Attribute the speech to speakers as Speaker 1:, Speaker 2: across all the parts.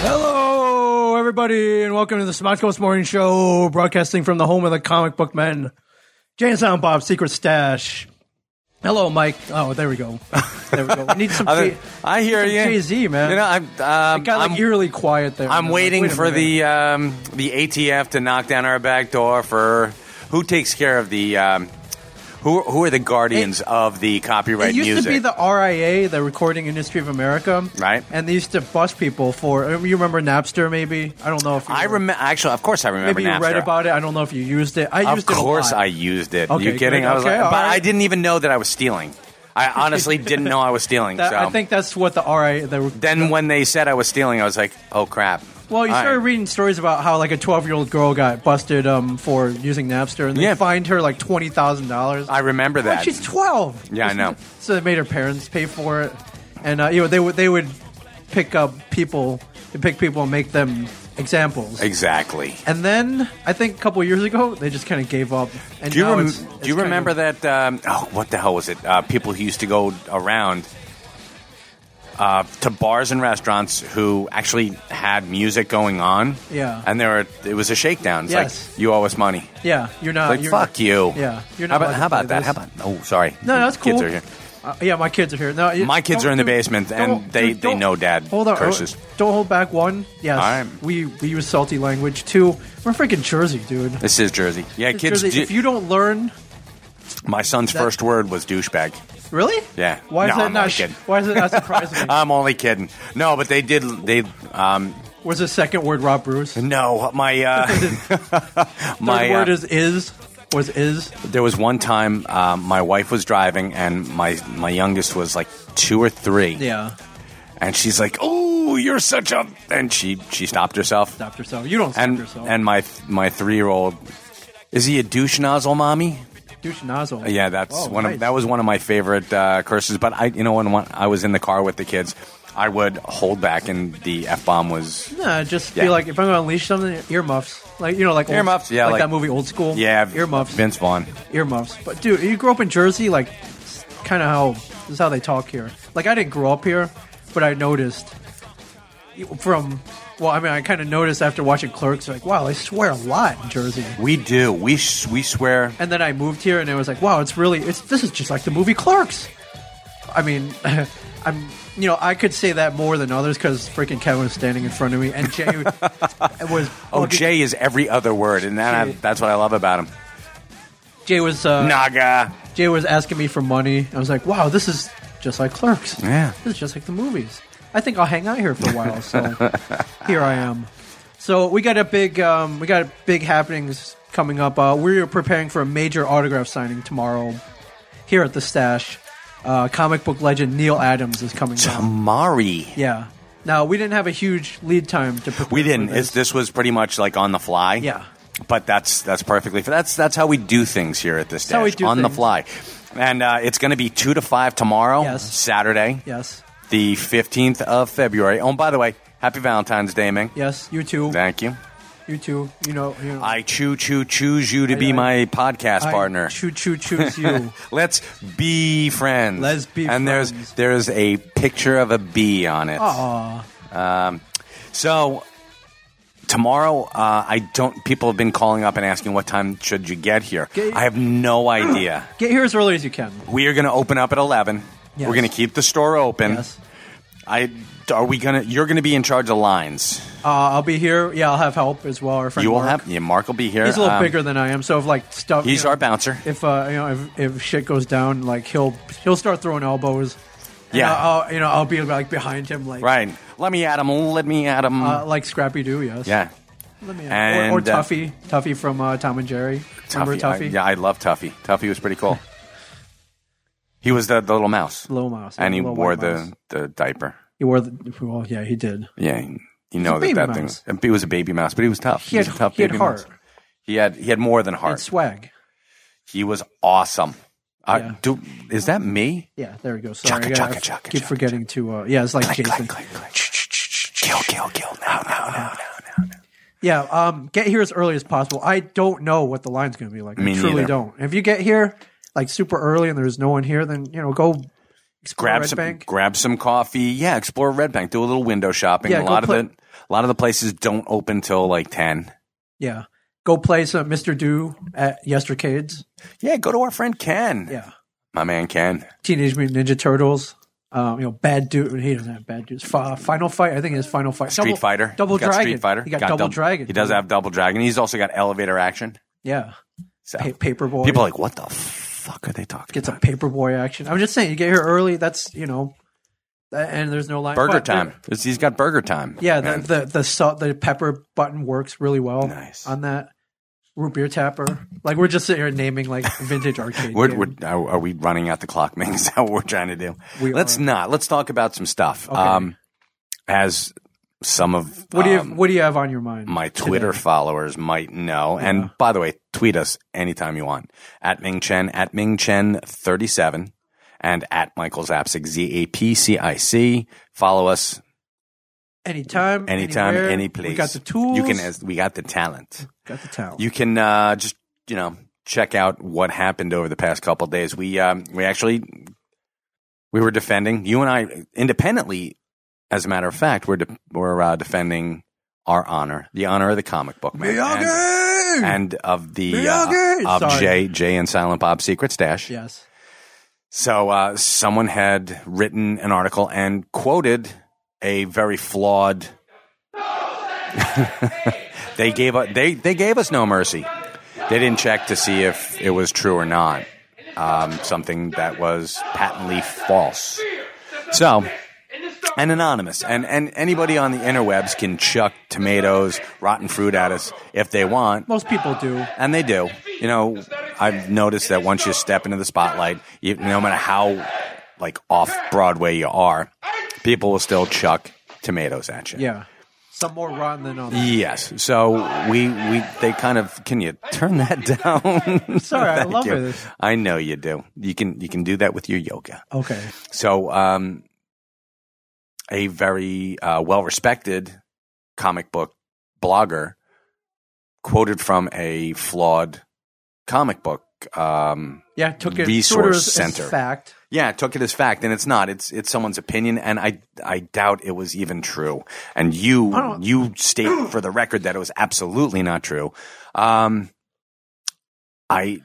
Speaker 1: Hello, everybody, and welcome to the Smash Coast Morning Show, broadcasting from the home of the comic book men, Jane Silent Bob Secret Stash. Hello, Mike. Oh, there we go. There we go. We need some.
Speaker 2: Other-
Speaker 1: Jay-
Speaker 2: I hear
Speaker 1: some
Speaker 2: you.
Speaker 1: Jay-Z, man.
Speaker 2: You know, I'm,
Speaker 1: it
Speaker 2: um,
Speaker 1: got like
Speaker 2: I'm,
Speaker 1: eerily quiet there.
Speaker 2: I'm
Speaker 1: Like,
Speaker 2: waiting
Speaker 1: wait a
Speaker 2: for
Speaker 1: minute.
Speaker 2: the um, the ATF to knock down our back door for who takes care of the um, who who are the guardians of the copyright
Speaker 1: It used
Speaker 2: music.
Speaker 1: to be the RIA, the Recording Industry of America,
Speaker 2: Right.
Speaker 1: And they used to bust people for. uh, You remember Napster? Maybe I don't know if you
Speaker 2: I
Speaker 1: were-
Speaker 2: remember actually, of course, I remember.
Speaker 1: Maybe you read
Speaker 2: Napster.
Speaker 1: about it. I don't know if you used it. I
Speaker 2: Of
Speaker 1: used it. a
Speaker 2: course,
Speaker 1: lot.
Speaker 2: I used it.
Speaker 1: Okay,
Speaker 2: you kidding?
Speaker 1: good.
Speaker 2: I was
Speaker 1: Okay,
Speaker 2: like,
Speaker 1: all
Speaker 2: but I
Speaker 1: right.
Speaker 2: didn't even know that I was stealing. I honestly didn't know I was stealing.
Speaker 1: That-
Speaker 2: so
Speaker 1: I think that's what the RIA. The,
Speaker 2: then when they said I was stealing, I was like, oh crap.
Speaker 1: Well, you
Speaker 2: All
Speaker 1: started
Speaker 2: right.
Speaker 1: reading stories about how like a twelve-year-old girl got busted um, for using Napster, and they
Speaker 2: Yeah.
Speaker 1: fined her like twenty thousand dollars.
Speaker 2: I remember that.
Speaker 1: she's twelve.
Speaker 2: Yeah, I know.
Speaker 1: So they made her parents pay for it, and uh, you know they would they would pick up people, they pick people and make them examples.
Speaker 2: exactly.
Speaker 1: and then I think a couple years ago they just kind of gave up. And
Speaker 2: Do you,
Speaker 1: now
Speaker 2: rem-
Speaker 1: it's- it's
Speaker 2: do you
Speaker 1: kind
Speaker 2: remember
Speaker 1: of-
Speaker 2: that? Um, oh, what the hell was it? Uh, people who used to go around uh, to bars and restaurants who actually had music going on.
Speaker 1: Yeah.
Speaker 2: and there were it was a shakedown. It's
Speaker 1: Yes.
Speaker 2: like you owe us money.
Speaker 1: Yeah, you're not.
Speaker 2: Like
Speaker 1: you're,
Speaker 2: fuck you.
Speaker 1: Yeah, you're
Speaker 2: How
Speaker 1: not
Speaker 2: about,
Speaker 1: allowed
Speaker 2: how
Speaker 1: to
Speaker 2: about
Speaker 1: play
Speaker 2: that?
Speaker 1: this.
Speaker 2: How about? Oh, sorry.
Speaker 1: No, that's cool.
Speaker 2: Kids are here.
Speaker 1: Uh, yeah, my kids are here. No, you-
Speaker 2: My kids
Speaker 1: don't-
Speaker 2: are in the
Speaker 1: dude,
Speaker 2: basement, and
Speaker 1: don't-
Speaker 2: they-
Speaker 1: dude,
Speaker 2: they
Speaker 1: don't-
Speaker 2: know dad
Speaker 1: Hold on, oh,
Speaker 2: curses.
Speaker 1: Don't hold back. One, yes,
Speaker 2: I'm-
Speaker 1: we we use salty language. Two, we're freaking Jersey, dude.
Speaker 2: This is Jersey. Yeah, kids.
Speaker 1: Jersey,
Speaker 2: do-
Speaker 1: if you don't learn,
Speaker 2: my son's
Speaker 1: that-
Speaker 2: first word was douchebag.
Speaker 1: really,
Speaker 2: Yeah.
Speaker 1: Why is
Speaker 2: No,
Speaker 1: that
Speaker 2: I'm
Speaker 1: not?
Speaker 2: only
Speaker 1: sh-
Speaker 2: kidding.
Speaker 1: why is that not surprising?
Speaker 2: I'm only kidding. No, but they did. They um,
Speaker 1: Was the second word Rob Bruce? Third
Speaker 2: no. My uh, my
Speaker 1: word
Speaker 2: uh,
Speaker 1: is is. Was is
Speaker 2: There was one time um, my wife was driving, and my my youngest was like two or three.
Speaker 1: yeah.
Speaker 2: And she's like, "Oh, you're such a," and she she stopped herself.
Speaker 1: Stop yourself. You don't stop
Speaker 2: and
Speaker 1: yourself.
Speaker 2: and my my three year old, is he a douche nozzle, mommy?
Speaker 1: douche nozzle.
Speaker 2: Yeah, that's
Speaker 1: Oh,
Speaker 2: one
Speaker 1: nice.
Speaker 2: of that was one of my favorite uh, curses. But I, you know, when, when I was in the car with the kids, I would hold back, and the f bomb was
Speaker 1: Nah, just
Speaker 2: Yeah.
Speaker 1: be like, if I'm gonna unleash something, earmuffs. Like you know, like old-
Speaker 2: Earmuffs, yeah,
Speaker 1: like,
Speaker 2: like-
Speaker 1: that movie Old School.
Speaker 2: yeah,
Speaker 1: earmuffs,
Speaker 2: Vince Vaughn.
Speaker 1: earmuffs. But dude, you grew up in Jersey, like kind of how this is how they talk here. Like I didn't grow up here, but I noticed from well, I mean, I kind of noticed after watching Clerks, like wow, they swear a lot in Jersey.
Speaker 2: We do. We s- we swear.
Speaker 1: And then I moved here, and it was like, wow, it's really it's this is just like the movie Clerks. I mean, I'm you know I could say that more than others because freaking Kevin was standing in front of me, and Jay was
Speaker 2: Oh, Jay is every other word, and that,
Speaker 1: Jay.
Speaker 2: that's what I love about him.
Speaker 1: Jay was uh,
Speaker 2: Naga.
Speaker 1: Jay was asking me for money. I was like, wow, this is just like Clerks.
Speaker 2: Yeah.
Speaker 1: This is just like the movies. I think I'll hang out here for a while. So here I am. So we got a big, um, we got big happenings coming up. Uh, we're preparing for a major autograph signing tomorrow here at the stash. Uh, comic book legend Neil Adams is coming. down.
Speaker 2: Tamari.
Speaker 1: Yeah. Now we didn't have a huge lead time to. Prepare
Speaker 2: We didn't.
Speaker 1: for
Speaker 2: It's,
Speaker 1: this.
Speaker 2: this was pretty much like on the fly.
Speaker 1: Yeah.
Speaker 2: But that's that's perfectly. That's that's how we do things here at this
Speaker 1: how we
Speaker 2: stage
Speaker 1: do
Speaker 2: on the
Speaker 1: things.
Speaker 2: fly, and uh, it's going to be two to five tomorrow,
Speaker 1: Yes.
Speaker 2: Saturday,
Speaker 1: Yes.
Speaker 2: the fifteenth of February. Oh, and by the way, happy Valentine's Day, Ming.
Speaker 1: Yes. You too.
Speaker 2: Thank you.
Speaker 1: You too. You know. You know.
Speaker 2: I choo choo choose you to
Speaker 1: I-
Speaker 2: be
Speaker 1: I-
Speaker 2: my podcast
Speaker 1: I
Speaker 2: partner.
Speaker 1: Choo choo choose you.
Speaker 2: Let's be friends.
Speaker 1: Let's be
Speaker 2: and
Speaker 1: friends.
Speaker 2: there's there's a picture of a bee on it. Um,
Speaker 1: Aw.
Speaker 2: So tomorrow, uh, I don't. People have been calling up and asking what time should you get here.
Speaker 1: Get-
Speaker 2: I have no idea.
Speaker 1: Get here as early as you can.
Speaker 2: we are going to open up at eleven.
Speaker 1: Yes.
Speaker 2: We're going to keep the store open.
Speaker 1: Yes.
Speaker 2: I are we going to? You're going to be in charge of lines.
Speaker 1: Uh, I'll be here. Yeah, I'll have help as well. Our friend
Speaker 2: you will
Speaker 1: Mark.
Speaker 2: have. Yeah, Mark will be here.
Speaker 1: He's a little
Speaker 2: Um,
Speaker 1: bigger than I am, so if like stuff,
Speaker 2: He's
Speaker 1: you know,
Speaker 2: our bouncer.
Speaker 1: If uh, you know, if, if shit goes down, like he'll he'll start throwing elbows. And
Speaker 2: Yeah.
Speaker 1: I'll, I'll- you know, I'll be like behind him, like
Speaker 2: Right. Let me at him. Let me at him.
Speaker 1: uh, like Scrappy Doo. Yes.
Speaker 2: yeah.
Speaker 1: Let me-
Speaker 2: And,
Speaker 1: or, or
Speaker 2: uh,
Speaker 1: Tuffy, Tuffy from uh, Tom and Jerry. Remember
Speaker 2: I-
Speaker 1: Tuffy?
Speaker 2: yeah, I love Tuffy. Tuffy was pretty cool. he was the, the little mouse,
Speaker 1: Little mouse.
Speaker 2: and he
Speaker 1: Little
Speaker 2: wore
Speaker 1: white mouse.
Speaker 2: the, the diaper.
Speaker 1: He wore the. Well, yeah, he did.
Speaker 2: Yeah, you know
Speaker 1: baby
Speaker 2: that that
Speaker 1: mouse.
Speaker 2: thing. He was a baby mouse, but he was tough.
Speaker 1: He
Speaker 2: was
Speaker 1: had,
Speaker 2: a tough
Speaker 1: he had
Speaker 2: baby
Speaker 1: heart.
Speaker 2: mouse. He had he had more than
Speaker 1: He
Speaker 2: heart.
Speaker 1: had swag.
Speaker 2: he was awesome. Uh,
Speaker 1: Yeah.
Speaker 2: do, is that me?
Speaker 1: Yeah, there we go. Sorry,
Speaker 2: Chaka,
Speaker 1: I gotta
Speaker 2: chaka, chaka,
Speaker 1: keep
Speaker 2: chaka,
Speaker 1: forgetting to. Uh, yeah, it's like Jason.
Speaker 2: Click, click, click. Kill, kill, kill! No, no, no, no, no.
Speaker 1: Yeah, um, get here as early as possible. I don't know what the line's going to be like.
Speaker 2: Me
Speaker 1: I truly
Speaker 2: neither.
Speaker 1: don't. If you get here like super early and there's no one here, then you know go explore
Speaker 2: Grab
Speaker 1: Red
Speaker 2: some,
Speaker 1: Bank.
Speaker 2: grab some coffee. Yeah, explore Red Bank. Do a little window shopping.
Speaker 1: Yeah,
Speaker 2: a
Speaker 1: go
Speaker 2: lot
Speaker 1: play-
Speaker 2: of it. A lot of the places don't open till like ten.
Speaker 1: Yeah. Go play some Mr. Do at Yestercades.
Speaker 2: Yeah, go to our friend Ken.
Speaker 1: Yeah.
Speaker 2: My man Ken.
Speaker 1: Teenage Mutant Ninja Turtles. Um, you know, bad dude. He doesn't have bad dudes. Fi- Final Fight. I think it's Final Fight.
Speaker 2: Street
Speaker 1: Double-
Speaker 2: Fighter.
Speaker 1: Double
Speaker 2: He's got
Speaker 1: Dragon.
Speaker 2: Street Fighter.
Speaker 1: He got, Double Dragon.
Speaker 2: He does have Double Dragon. He's also got Elevator Action.
Speaker 1: Yeah.
Speaker 2: So
Speaker 1: Pa- Paperboy.
Speaker 2: people are like, what the fuck are they talking
Speaker 1: gets a
Speaker 2: about?
Speaker 1: Paperboy action. I'm just saying, you get here early. That's you know, that- and there's no line.
Speaker 2: burger
Speaker 1: but-
Speaker 2: time. He's got burger time.
Speaker 1: Yeah, the,
Speaker 2: man.
Speaker 1: the the salt, the pepper button works really well.
Speaker 2: Nice.
Speaker 1: on that root beer tapper. Like we're just sitting here naming like vintage arcade.
Speaker 2: We're,
Speaker 1: games.
Speaker 2: we're, are are we running out the clock, man? Is that what we're trying to do?
Speaker 1: We
Speaker 2: Let's
Speaker 1: are.
Speaker 2: not. Let's talk about some stuff.
Speaker 1: Okay.
Speaker 2: Um, as some of
Speaker 1: what do you have,
Speaker 2: um,
Speaker 1: what do you have on your mind?
Speaker 2: my Twitter followers might know,
Speaker 1: Yeah.
Speaker 2: and by the way, tweet us anytime you want at Ming Chen at Ming Chen thirty seven and at Michael Zapsik Z A P C I C. Follow us
Speaker 1: anytime,
Speaker 2: anytime,
Speaker 1: anywhere.
Speaker 2: any place.
Speaker 1: We got the tools.
Speaker 2: You can. as- We got the talent.
Speaker 1: got the talent.
Speaker 2: You can uh, just you know check out what happened over the past couple of days. We um, we actually we were defending you and I independently. As a matter of fact, we're de- we're uh, defending our honor, the honor of the comic book man, and,
Speaker 1: Miyagi!
Speaker 2: and of the
Speaker 1: Miyagi!
Speaker 2: uh, of
Speaker 1: Sorry.
Speaker 2: Jay Jay and Silent Bob Secret Stash.
Speaker 1: yes,
Speaker 2: So uh, someone had written an article and quoted a very flawed. they gave us they they gave us no mercy. They didn't check to see if it was true or not. Um, something that was patently false. So, and anonymous, and and anybody on the interwebs can chuck tomatoes, rotten fruit at us if they want.
Speaker 1: most people do.
Speaker 2: And they do. You know, I've noticed that once you step into the spotlight, you, no matter how like off Broadway you are, people will still chuck tomatoes at you.
Speaker 1: Yeah, some more rotten than others.
Speaker 2: Yes. So we we they kind of can you turn that down?
Speaker 1: Sorry, I
Speaker 2: Thank
Speaker 1: love
Speaker 2: you.
Speaker 1: it.
Speaker 2: I know you do. You can you can do that with your yoga.
Speaker 1: Okay,
Speaker 2: So, um, a very uh, well respected comic book blogger quoted from a flawed comic book. Um,
Speaker 1: yeah, took it sort of
Speaker 2: Resource
Speaker 1: as
Speaker 2: center.
Speaker 1: fact.
Speaker 2: yeah, took it as fact, and it's not. It's it's someone's opinion, and I I doubt it was even true. And
Speaker 1: I
Speaker 2: you
Speaker 1: don't-
Speaker 2: you state for the record that it was absolutely not true. Um, I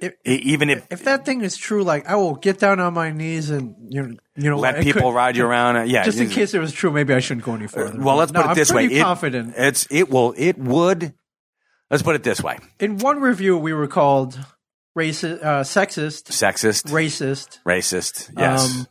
Speaker 1: If-
Speaker 2: e- even if
Speaker 1: If that thing is true, like I will get down on my knees and you know, you know,
Speaker 2: let
Speaker 1: I could-
Speaker 2: people ride you around, uh, yeah,
Speaker 1: just in
Speaker 2: you-
Speaker 1: case it was true, maybe I shouldn't go any further.
Speaker 2: Well, let's
Speaker 1: No,
Speaker 2: put it
Speaker 1: I'm
Speaker 2: this way.
Speaker 1: pretty
Speaker 2: It-
Speaker 1: confident.
Speaker 2: it's it will it would. Let's put it this way:
Speaker 1: In one review, we were called racist, uh, sexist,
Speaker 2: sexist,
Speaker 1: racist,
Speaker 2: racist, yes,
Speaker 1: um,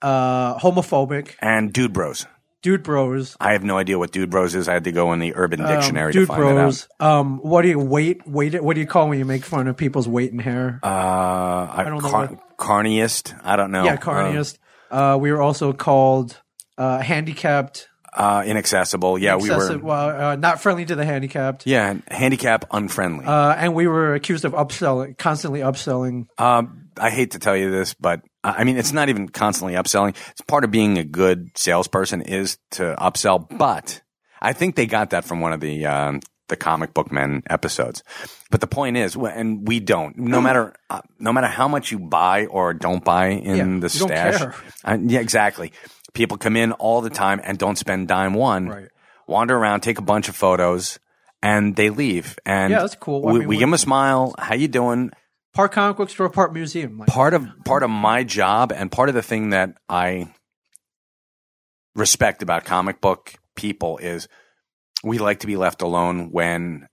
Speaker 1: uh, homophobic,
Speaker 2: and dude bros.
Speaker 1: dude bros,
Speaker 2: I have no idea what dude bros is. I had to go in the Urban
Speaker 1: um,
Speaker 2: Dictionary
Speaker 1: dude
Speaker 2: to find
Speaker 1: bros. Um, what do you wait? Wait, what do you call when you make fun of people's weight and hair?
Speaker 2: it out. Uh, I,
Speaker 1: don't know
Speaker 2: car- Carniest. I don't know.
Speaker 1: yeah, carniest. Uh, we were also called uh, handicapped.
Speaker 2: Uh, uh, inaccessible. Yeah, we
Speaker 1: excessive-
Speaker 2: were.
Speaker 1: well, uh, not friendly to the handicapped.
Speaker 2: Yeah, handicap unfriendly.
Speaker 1: Uh, and we were accused of upselling, constantly upselling.
Speaker 2: Um, I hate to tell you this, but uh, I I mean, it's not even constantly upselling. It's part of being a good salesperson is to upsell. But I think they got that from one of the um, the comic book men episodes. But the point is, wh- and we don't. No matter uh, no matter how much you buy or don't buy in
Speaker 1: Yeah,
Speaker 2: the
Speaker 1: you don't
Speaker 2: stash,
Speaker 1: care.
Speaker 2: I- yeah, exactly. People come in all the time and don't spend dime one.
Speaker 1: Right.
Speaker 2: Wander around, take a bunch of photos, and they leave. And
Speaker 1: Yeah, that's cool. I
Speaker 2: We,
Speaker 1: mean,
Speaker 2: we
Speaker 1: we-
Speaker 2: give them a smile. How you doing?
Speaker 1: Part comic book store, part museum. Like,
Speaker 2: part of part of my job and part of the thing that I respect about comic book people is we like to be left alone when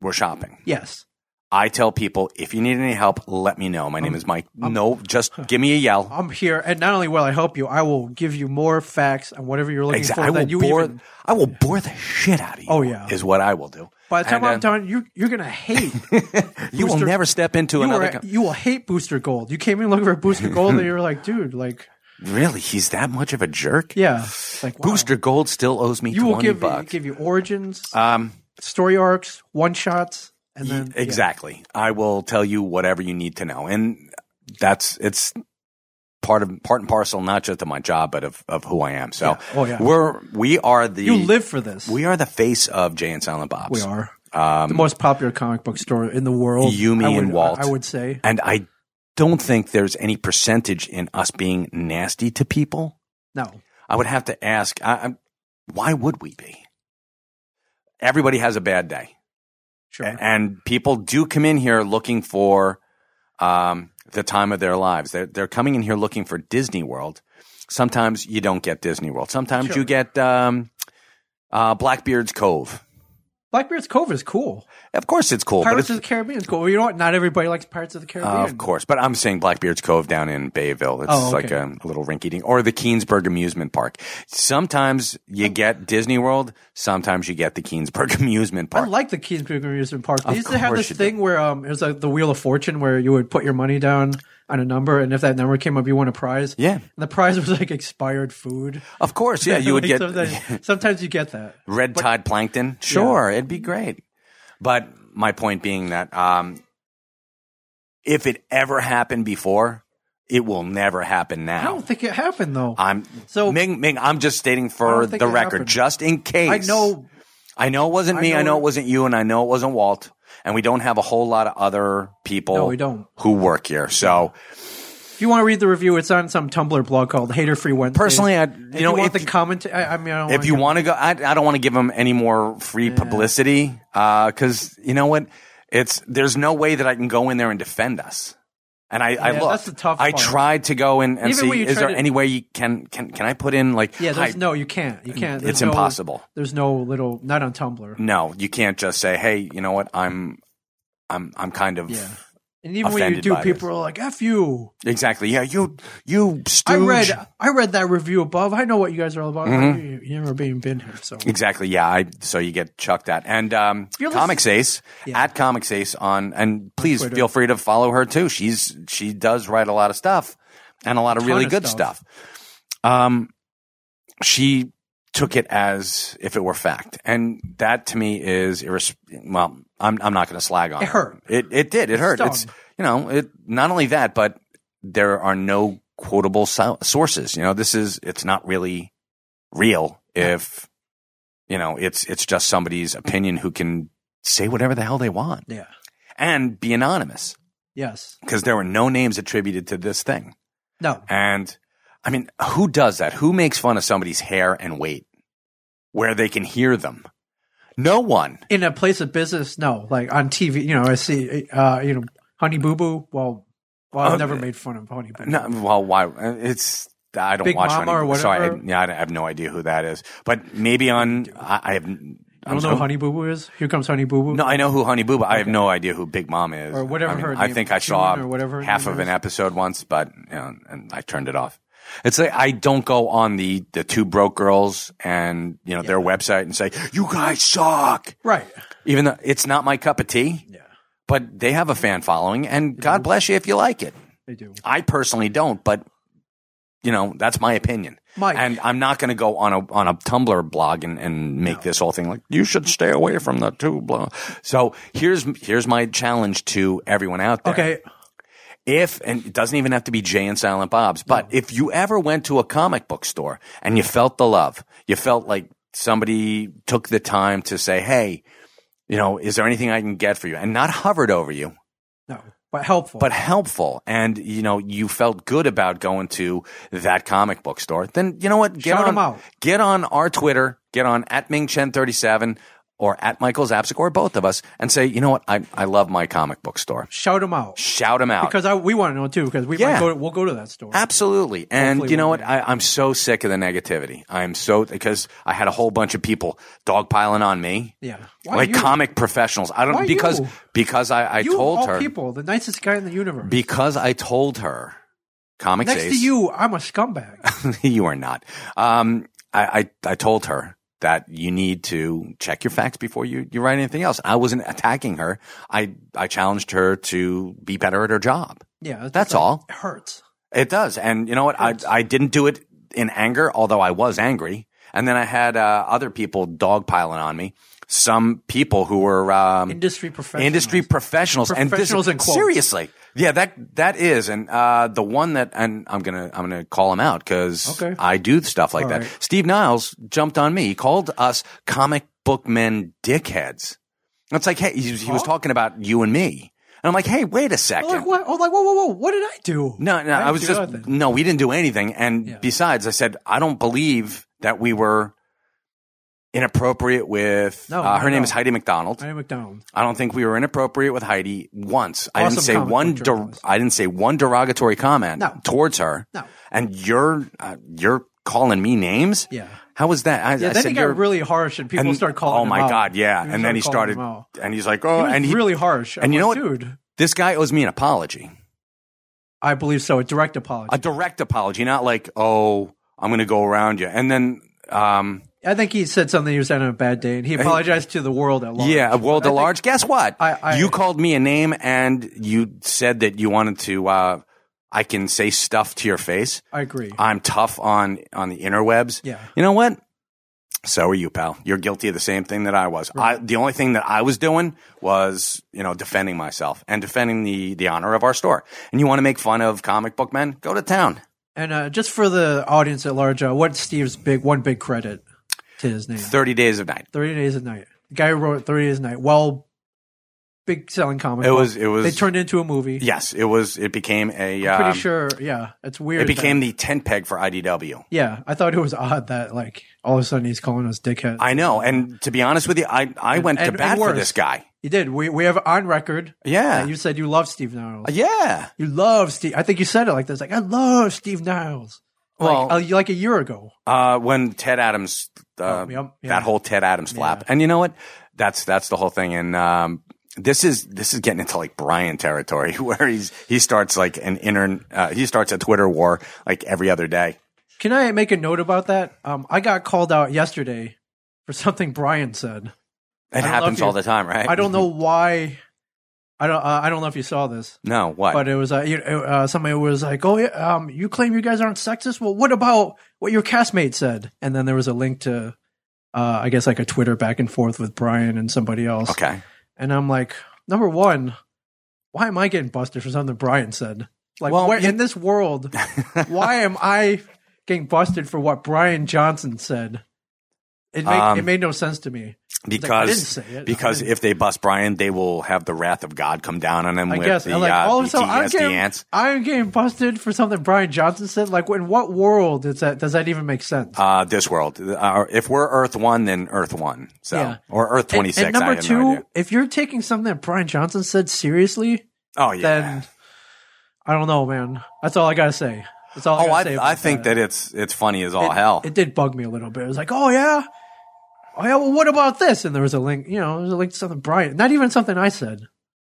Speaker 2: we're shopping.
Speaker 1: yes.
Speaker 2: I tell people if you need any help, let me know. My name is Mike. no, just give me a yell.
Speaker 1: I'm here, and not only will I help you, I will give you more facts on whatever you're looking
Speaker 2: Exactly.
Speaker 1: for.
Speaker 2: I will
Speaker 1: that you
Speaker 2: bore.
Speaker 1: even-
Speaker 2: I will bore the shit out of you.
Speaker 1: Oh, yeah.
Speaker 2: is what I will do.
Speaker 1: by the time
Speaker 2: And,
Speaker 1: I'm
Speaker 2: um,
Speaker 1: done, you you're gonna hate.
Speaker 2: you will
Speaker 1: Booster-
Speaker 2: never step into
Speaker 1: you,
Speaker 2: another.
Speaker 1: are-
Speaker 2: com-
Speaker 1: you will hate Booster Gold. You came in looking for Booster Gold, and you were like, dude, like,
Speaker 2: really, he's that much of a jerk.
Speaker 1: yeah, It's like wow.
Speaker 2: Booster Gold still owes me
Speaker 1: You will
Speaker 2: twenty
Speaker 1: give
Speaker 2: bucks.
Speaker 1: give you origins,
Speaker 2: um.
Speaker 1: story arcs, one shots, and
Speaker 2: Ye-
Speaker 1: then yeah.
Speaker 2: E, exactly i will tell you whatever you need to know and that's it's part of part and parcel not just of my job but of, of who i am so
Speaker 1: Oh, yeah.
Speaker 2: we're we are the
Speaker 1: You live for this.
Speaker 2: we are the face of jay and silent bob's
Speaker 1: We are the
Speaker 2: um,
Speaker 1: most popular comic book store in the world.
Speaker 2: You, me,
Speaker 1: I would,
Speaker 2: and Walt.
Speaker 1: I would say
Speaker 2: and i don't think there's any percentage in us being nasty to people
Speaker 1: no.
Speaker 2: i would have to ask I, I'm, why would we be everybody has a bad day.
Speaker 1: Sure.
Speaker 2: A- And people do come in here looking for um, the time of their lives. They're, they're coming in here looking for Disney World. Sometimes you don't get Disney World. Sometimes
Speaker 1: Sure.
Speaker 2: you get um, uh, Blackbeard's Cove.
Speaker 1: Blackbeard's Cove is cool.
Speaker 2: Of course, it's cool.
Speaker 1: Pirates
Speaker 2: but
Speaker 1: of the
Speaker 2: it's,
Speaker 1: Caribbean is cool. You know what? Not everybody likes Pirates of the Caribbean.
Speaker 2: Uh, of course, but I'm saying Blackbeard's Cove down in Bayville. It's
Speaker 1: Oh, okay.
Speaker 2: like a, a little rinky dink, or the Keensburg Amusement Park. Sometimes you get Disney World. Sometimes you get the Keensburg Amusement
Speaker 1: I
Speaker 2: Park.
Speaker 1: like the Keensburg Amusement Park. They
Speaker 2: Of
Speaker 1: used to have
Speaker 2: course
Speaker 1: this
Speaker 2: you
Speaker 1: thing where um, it was like the Wheel of Fortune, where you would put your money down on a number, and if that number came up, you won a prize.
Speaker 2: Yeah.
Speaker 1: and the prize was like expired food.
Speaker 2: of course, yeah, you would
Speaker 1: Like,
Speaker 2: get
Speaker 1: sometimes, sometimes you get that.
Speaker 2: red tide plankton. Sure, it'd be great. But my point being that um, if it ever happened before, it will never happen
Speaker 1: I
Speaker 2: now.
Speaker 1: don't think it happened though. I,
Speaker 2: I'm
Speaker 1: So-
Speaker 2: Ming Ming. I'm just stating
Speaker 1: I
Speaker 2: for
Speaker 1: don't think
Speaker 2: the
Speaker 1: it
Speaker 2: record,
Speaker 1: happened.
Speaker 2: just in case.
Speaker 1: know.
Speaker 2: I know it wasn't me.
Speaker 1: know
Speaker 2: I know
Speaker 1: it-
Speaker 2: it wasn't you, and I know it wasn't Walt. And we don't have a whole lot of other people
Speaker 1: No, we don't.
Speaker 2: who work here. So
Speaker 1: If you want to read the review, it's on some Tumblr blog called Hater Free Wednesday.
Speaker 2: personally, I
Speaker 1: if
Speaker 2: you know
Speaker 1: want
Speaker 2: if
Speaker 1: the comment. I, I mean, I don't
Speaker 2: if you want to go, I, I don't want to give them any more free publicity because you know what? It's there's no way that I can go in there and defend us. And I, I
Speaker 1: Yeah,
Speaker 2: look.
Speaker 1: that's the tough
Speaker 2: I
Speaker 1: part.
Speaker 2: tried to go in and
Speaker 1: Even when
Speaker 2: see.
Speaker 1: you
Speaker 2: Is
Speaker 1: try
Speaker 2: there
Speaker 1: to-
Speaker 2: any way you can can can I put in like?
Speaker 1: yeah, there's
Speaker 2: hi-
Speaker 1: no, you can't, you can't. There's
Speaker 2: It's
Speaker 1: no-
Speaker 2: impossible.
Speaker 1: There's no little, not on Tumblr.
Speaker 2: No, you can't just say, "Hey, you know what? I'm, I'm, I'm kind of
Speaker 1: Yeah. And even when you
Speaker 2: Offended
Speaker 1: do,
Speaker 2: by
Speaker 1: people are like, "F you."
Speaker 2: exactly." Yeah, you, you
Speaker 1: I
Speaker 2: stooge. Mm-hmm.
Speaker 1: read, I read that review above. I know what you guys are all about. You, you never been been here, so
Speaker 2: Exactly. Yeah. I, so you get chucked at. And um,
Speaker 1: You're
Speaker 2: Comics Ace at Comics Ace on, and please feel free to follow her too. She's she does write a lot of stuff and a lot of really
Speaker 1: of
Speaker 2: good
Speaker 1: stuff.
Speaker 2: stuff. Um, she took it as if it were fact, and that to me is irres- well. I'm I'm not going to slag on it.
Speaker 1: hurt.
Speaker 2: It it did. It hurt.
Speaker 1: stung.
Speaker 2: It's you know it. Not only that, but there are no quotable so- sources. You know this is it's not really real if you know it's it's just somebody's opinion who can say whatever the hell they want
Speaker 1: yeah,
Speaker 2: and be anonymous
Speaker 1: yes,
Speaker 2: because there were no names attributed to this thing
Speaker 1: no,
Speaker 2: and i mean who does that who makes fun of somebody's hair and weight where they can hear them no one
Speaker 1: in a place of business, no. Like on TV, you know, I see, uh, you know, Honey Boo Boo. Well, well, I've
Speaker 2: Um,
Speaker 1: never made fun of Honey Boo. Boo.
Speaker 2: no, well why uh, it's i don't
Speaker 1: Big
Speaker 2: watch
Speaker 1: Mama or
Speaker 2: Honey- sorry I,
Speaker 1: whatever?
Speaker 2: yeah, I have no idea who that is but maybe on i, I have
Speaker 1: I don't know who Honey Boo Boo is. Here comes Honey Boo Boo.
Speaker 2: No, I know who Honey Boo, but I have no idea who Big Mom is,
Speaker 1: Or whatever
Speaker 2: I mean,
Speaker 1: her
Speaker 2: I
Speaker 1: name-
Speaker 2: think I saw
Speaker 1: June or whatever her
Speaker 2: half
Speaker 1: name
Speaker 2: of an
Speaker 1: is.
Speaker 2: episode once, but you know, and I turned it off. It's like I don't go on the the two broke girls and you know their website and say you guys suck,
Speaker 1: right?
Speaker 2: even though it's not my cup of tea.
Speaker 1: Yeah,
Speaker 2: But they have a fan following, and God bless you if you like it.
Speaker 1: they do.
Speaker 2: I personally don't, but you know that's my opinion.
Speaker 1: Mike.
Speaker 2: And I'm not going to go on a on a Tumblr blog and, and make this whole thing like you should stay away from the two blah. So here's here's my challenge to everyone out there.
Speaker 1: Okay,
Speaker 2: If and it doesn't even have to be Jay and Silent Bob's, but if you ever went to a comic book store and you felt the love, you felt like somebody took the time to say, "Hey, you know, is there anything I can get for you?" and not hovered over you,
Speaker 1: no, but helpful.
Speaker 2: but helpful and you know you felt good about going to that comic book store then you know what get
Speaker 1: Shout
Speaker 2: on
Speaker 1: 'em out.
Speaker 2: get on our twitter get on at mingchen37 or at michael zapsik or both of us and say you know what i, I love my comic book store
Speaker 1: shout them out
Speaker 2: shout them out
Speaker 1: because I, we want to know too. Because we might
Speaker 2: Yeah.
Speaker 1: go. To, we'll go to that store.
Speaker 2: Absolutely. And
Speaker 1: Hopefully
Speaker 2: you know
Speaker 1: one
Speaker 2: what? I, I'm so sick of the negativity. I'm so, because I had a whole bunch of people dogpiling on me.
Speaker 1: Yeah. Why
Speaker 2: like
Speaker 1: you?
Speaker 2: comic professionals. I don't,
Speaker 1: Why
Speaker 2: because,
Speaker 1: you?
Speaker 2: because I, I
Speaker 1: you of
Speaker 2: told
Speaker 1: all
Speaker 2: her,
Speaker 1: people, the nicest guy in the universe.
Speaker 2: because I told her, comics
Speaker 1: Next
Speaker 2: Ace,
Speaker 1: to you, I'm a scumbag.
Speaker 2: you are not. Um, I, I, I told her that you need to check your facts before you, you write anything else. I wasn't attacking her. I, I challenged her to be better at her job.
Speaker 1: Yeah,
Speaker 2: That's
Speaker 1: just like-
Speaker 2: all.
Speaker 1: It hurts.
Speaker 2: It does. And you know what? I, I didn't do it in anger, although I was angry. And then I had uh, other people dogpiling on me. Some people who were um,
Speaker 1: Industry professionals.
Speaker 2: industry professionals,
Speaker 1: Professionals in
Speaker 2: and this,
Speaker 1: quotes.
Speaker 2: seriously, yeah, that that is, and uh, the one that, and I'm gonna I'm gonna call him out because
Speaker 1: Okay.
Speaker 2: I do stuff like
Speaker 1: All
Speaker 2: that.
Speaker 1: right.
Speaker 2: Steve Niles jumped on me. He called us comic book men dickheads. It's like, hey, he, he was
Speaker 1: Huh?
Speaker 2: talking about you and me, and I'm like, hey, wait a second.
Speaker 1: Like what? Oh, like whoa, whoa, whoa! What did I do?
Speaker 2: No, no,
Speaker 1: didn't
Speaker 2: I, was
Speaker 1: do
Speaker 2: just
Speaker 1: nothing.
Speaker 2: no. We didn't do anything, and
Speaker 1: Yeah.
Speaker 2: besides, I said I don't believe that we were inappropriate with
Speaker 1: No,
Speaker 2: uh, her
Speaker 1: no,
Speaker 2: name
Speaker 1: no.
Speaker 2: is Heidi McDonald.
Speaker 1: Heidi McDonald.
Speaker 2: I don't think we were inappropriate with Heidi once. I
Speaker 1: Awesome
Speaker 2: didn't say
Speaker 1: comic
Speaker 2: one.
Speaker 1: book
Speaker 2: Der-
Speaker 1: journalist.
Speaker 2: I didn't say one derogatory comment
Speaker 1: No.
Speaker 2: towards her.
Speaker 1: No.
Speaker 2: And you're uh, you're calling me names.
Speaker 1: Yeah.
Speaker 2: How was that? I,
Speaker 1: Yeah,
Speaker 2: I
Speaker 1: then
Speaker 2: said
Speaker 1: he
Speaker 2: you're.
Speaker 1: got really harsh, and people
Speaker 2: and-
Speaker 1: started calling.
Speaker 2: Oh my
Speaker 1: him out.
Speaker 2: god! Yeah.
Speaker 1: People
Speaker 2: And then he
Speaker 1: calling
Speaker 2: started.
Speaker 1: him out.
Speaker 2: And he's like, oh,
Speaker 1: He was
Speaker 2: and he,
Speaker 1: really harsh.
Speaker 2: and you know
Speaker 1: like,
Speaker 2: what?
Speaker 1: dude?
Speaker 2: this guy owes me an apology,
Speaker 1: I believe so. A direct apology.
Speaker 2: a direct apology, not like, oh, I'm going to go around you. And then, um,
Speaker 1: I think he said something. He was having a bad day, and he apologized to the world at large.
Speaker 2: yeah, world at large. Guess what?
Speaker 1: I- I-
Speaker 2: you called me a name, and you said that you wanted to. Uh, I can say stuff to your face.
Speaker 1: I agree.
Speaker 2: I'm tough on on the interwebs.
Speaker 1: Yeah.
Speaker 2: You know what? So are you, pal. You're guilty of the same thing that I was. I, the only thing that I was doing was, you know, defending myself and defending the the honor of our store. And you want to make fun of comic book men? Go to town.
Speaker 1: And uh, just for the audience at large, uh, what's Steve's big one big credit to his name?
Speaker 2: Thirty days of night.
Speaker 1: Thirty Days a Night. The guy who wrote Thirty Days a Night. Well, big selling comic.
Speaker 2: It
Speaker 1: book.
Speaker 2: was. It was.
Speaker 1: They turned it into a movie.
Speaker 2: yes, it was. It became a.
Speaker 1: I'm
Speaker 2: um,
Speaker 1: pretty sure. Yeah, it's weird.
Speaker 2: It became
Speaker 1: that-
Speaker 2: the tent peg for IDW.
Speaker 1: yeah, I thought it was odd that like all of a sudden he's calling us dickheads.
Speaker 2: I know. And to be honest with you, I I went to
Speaker 1: and-
Speaker 2: bat
Speaker 1: and
Speaker 2: for
Speaker 1: worse.
Speaker 2: this guy.
Speaker 1: you did. We we have on record. that
Speaker 2: Yeah.
Speaker 1: you said you love Steve Niles.
Speaker 2: yeah.
Speaker 1: you love Steve. I think you said it like this. Like I love Steve Niles. Like,
Speaker 2: Well-
Speaker 1: uh, like a year ago.
Speaker 2: Uh, when Ted Adams, uh,
Speaker 1: Oh, yep, yeah.
Speaker 2: that whole Ted Adams flap, and you know what? That's that's the whole thing. And um, this is this is getting into like Brian territory, where he's he starts like an inner uh, he starts a Twitter war like every other day.
Speaker 1: Can I make a note about that? Um, I got called out yesterday for something Brian said.
Speaker 2: It
Speaker 1: don't
Speaker 2: happens
Speaker 1: know if
Speaker 2: all
Speaker 1: you-
Speaker 2: the time, right?
Speaker 1: I don't know why. I don't. Uh, I don't know if you saw this,
Speaker 2: No, what?
Speaker 1: but it was uh, you, uh, somebody was like, "Oh, yeah, um, you claim you guys aren't sexist. Well, what about what your castmate said?" And then there was a link to, uh, I guess, like a Twitter back and forth with Brian and somebody else.
Speaker 2: okay,
Speaker 1: And I'm like, number one, why am I getting busted for something Brian said? Like,
Speaker 2: Well,
Speaker 1: where,
Speaker 2: you-
Speaker 1: in this world, why am I getting busted for what Brian Johnson said? It made,
Speaker 2: Um,
Speaker 1: it made no sense to me. like, I didn't
Speaker 2: because
Speaker 1: say it. I
Speaker 2: because
Speaker 1: didn't-
Speaker 2: if they bust Brian, they will have the wrath of God come down on them
Speaker 1: I
Speaker 2: with
Speaker 1: guess
Speaker 2: the
Speaker 1: I'm like
Speaker 2: uh,
Speaker 1: all of a sudden I'm
Speaker 2: PTSD
Speaker 1: getting,
Speaker 2: ants.
Speaker 1: I'm getting busted for something Brian Johnson said. Like, in what world is that? Does that even make sense?
Speaker 2: Uh, this world. Uh, if we're Earth one, then Earth one. So
Speaker 1: Yeah.
Speaker 2: or Earth
Speaker 1: And-
Speaker 2: twenty six.
Speaker 1: And, number
Speaker 2: I have
Speaker 1: two,
Speaker 2: no idea.
Speaker 1: if you're taking something that Brian Johnson said seriously,
Speaker 2: Oh yeah.
Speaker 1: then I don't know, man. That's all I gotta say. That's all. I
Speaker 2: Oh,
Speaker 1: gotta
Speaker 2: I,
Speaker 1: say
Speaker 2: I
Speaker 1: about
Speaker 2: think that it's it's funny as all
Speaker 1: it,
Speaker 2: Oh, hell.
Speaker 1: It did bug me a little bit. It was like, oh yeah, oh yeah. Well, what about this? And there was a link. You know, there was a link to something Brian. Not even something I said,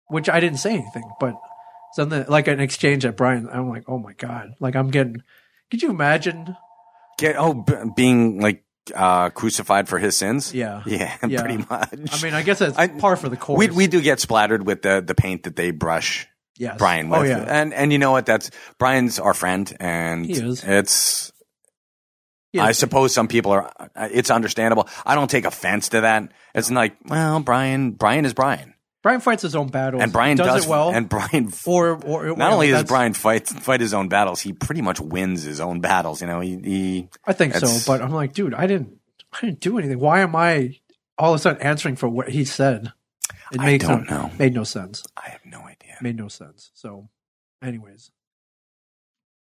Speaker 1: which I didn't say anything, but something like an exchange at Brian. I'm like, oh my god. Like I'm getting. Could you imagine?
Speaker 2: Get oh, b- being like uh, crucified for his sins.
Speaker 1: Yeah.
Speaker 2: yeah,
Speaker 1: Yeah.
Speaker 2: pretty much.
Speaker 1: I mean, I guess that's
Speaker 2: I-
Speaker 1: par for the course.
Speaker 2: we we do get splattered with the the paint that they brush
Speaker 1: yes.
Speaker 2: Brian with.
Speaker 1: Oh yeah.
Speaker 2: and and you know what? That's Brian's our friend, and
Speaker 1: He is.
Speaker 2: it's.
Speaker 1: He
Speaker 2: I
Speaker 1: is.
Speaker 2: suppose some people are. It's understandable. I don't take offense to that. It's like, well, Brian. Brian is Brian,
Speaker 1: Brian fights his own battles,
Speaker 2: and Brian
Speaker 1: does,
Speaker 2: does,
Speaker 1: it well.
Speaker 2: And Brian
Speaker 1: or or
Speaker 2: not
Speaker 1: yeah,
Speaker 2: only does
Speaker 1: that's-
Speaker 2: Brian fight fight his own battles, he pretty much wins his own battles. You know, he, he
Speaker 1: I think so,
Speaker 2: That's-
Speaker 1: but I'm like, dude, I didn't, I didn't do anything. Why am I all of a sudden answering for what he said? It
Speaker 2: I
Speaker 1: makes
Speaker 2: don't
Speaker 1: no,
Speaker 2: know.
Speaker 1: Made no sense.
Speaker 2: I have no idea.
Speaker 1: Made no sense. So, anyways,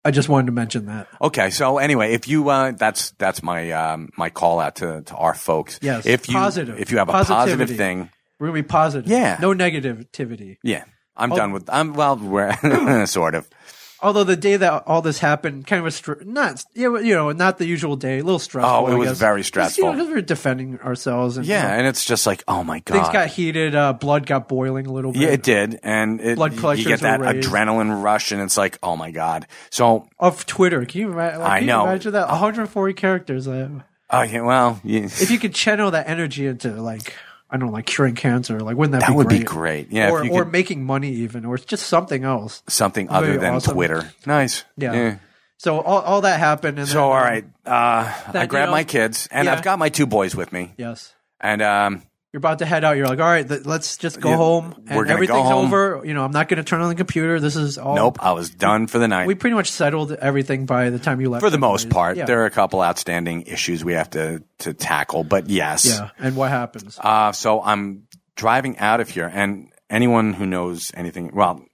Speaker 1: I just wanted to mention that.
Speaker 2: Okay, so anyway, if you uh, that's that's my um, my call out to, to our folks.
Speaker 1: Yes,
Speaker 2: if you
Speaker 1: positive.
Speaker 2: if you have a
Speaker 1: Positivity.
Speaker 2: positive thing,
Speaker 1: We're gonna be positive.
Speaker 2: Yeah.
Speaker 1: No negativity.
Speaker 2: yeah, I'm
Speaker 1: Oh.
Speaker 2: done with. I'm well, we're sort of.
Speaker 1: Although the day that all this happened, kind of a str- not you know, you know not the usual day, a little stressful.
Speaker 2: Oh, it
Speaker 1: I
Speaker 2: was
Speaker 1: guess.
Speaker 2: very
Speaker 1: Just, you know,
Speaker 2: stressful.
Speaker 1: 'cause we were defending ourselves, and
Speaker 2: Yeah,
Speaker 1: you know,
Speaker 2: and it's just like, oh my
Speaker 1: things
Speaker 2: god,
Speaker 1: got heated. Uh, blood got boiling a little bit.
Speaker 2: yeah, it did, and it,
Speaker 1: Blood
Speaker 2: you
Speaker 1: pressures
Speaker 2: get that
Speaker 1: were raised.
Speaker 2: adrenaline rush, and it's like, oh my god. So,
Speaker 1: Of Twitter, can you, ima- like,
Speaker 2: I
Speaker 1: can you
Speaker 2: know.
Speaker 1: imagine that? 140 characters. Uh,
Speaker 2: oh yeah, well, yeah,
Speaker 1: if you could channel that energy into like I don't know, like curing cancer, like wouldn't that,
Speaker 2: that
Speaker 1: be
Speaker 2: would
Speaker 1: great?
Speaker 2: be great. Yeah,
Speaker 1: or
Speaker 2: if you
Speaker 1: or
Speaker 2: could,
Speaker 1: making money even, or just something else.
Speaker 2: something
Speaker 1: very
Speaker 2: other than
Speaker 1: awesome.
Speaker 2: Twitter. Nice.
Speaker 1: Yeah. So all, all that happened, and
Speaker 2: So, all right, uh, I
Speaker 1: you
Speaker 2: grabbed
Speaker 1: know-
Speaker 2: my kids, and
Speaker 1: Yeah.
Speaker 2: I've got my two boys with me,
Speaker 1: Yes,
Speaker 2: and um.
Speaker 1: you're about to head out. You're like, all right, th- let's just go
Speaker 2: Yeah,
Speaker 1: home.
Speaker 2: we're gonna
Speaker 1: And
Speaker 2: go
Speaker 1: everything's
Speaker 2: home.
Speaker 1: over. You know, I'm not going to turn on the computer. This is all.
Speaker 2: Nope, I was done for the night.
Speaker 1: We pretty much settled everything by the time you left.
Speaker 2: for the most
Speaker 1: anyways.
Speaker 2: part,
Speaker 1: Yeah.
Speaker 2: there are a couple outstanding issues we have to to tackle, but yes.
Speaker 1: yeah. And what happens?
Speaker 2: Uh, so I'm driving out of here, and anyone who knows anything, well,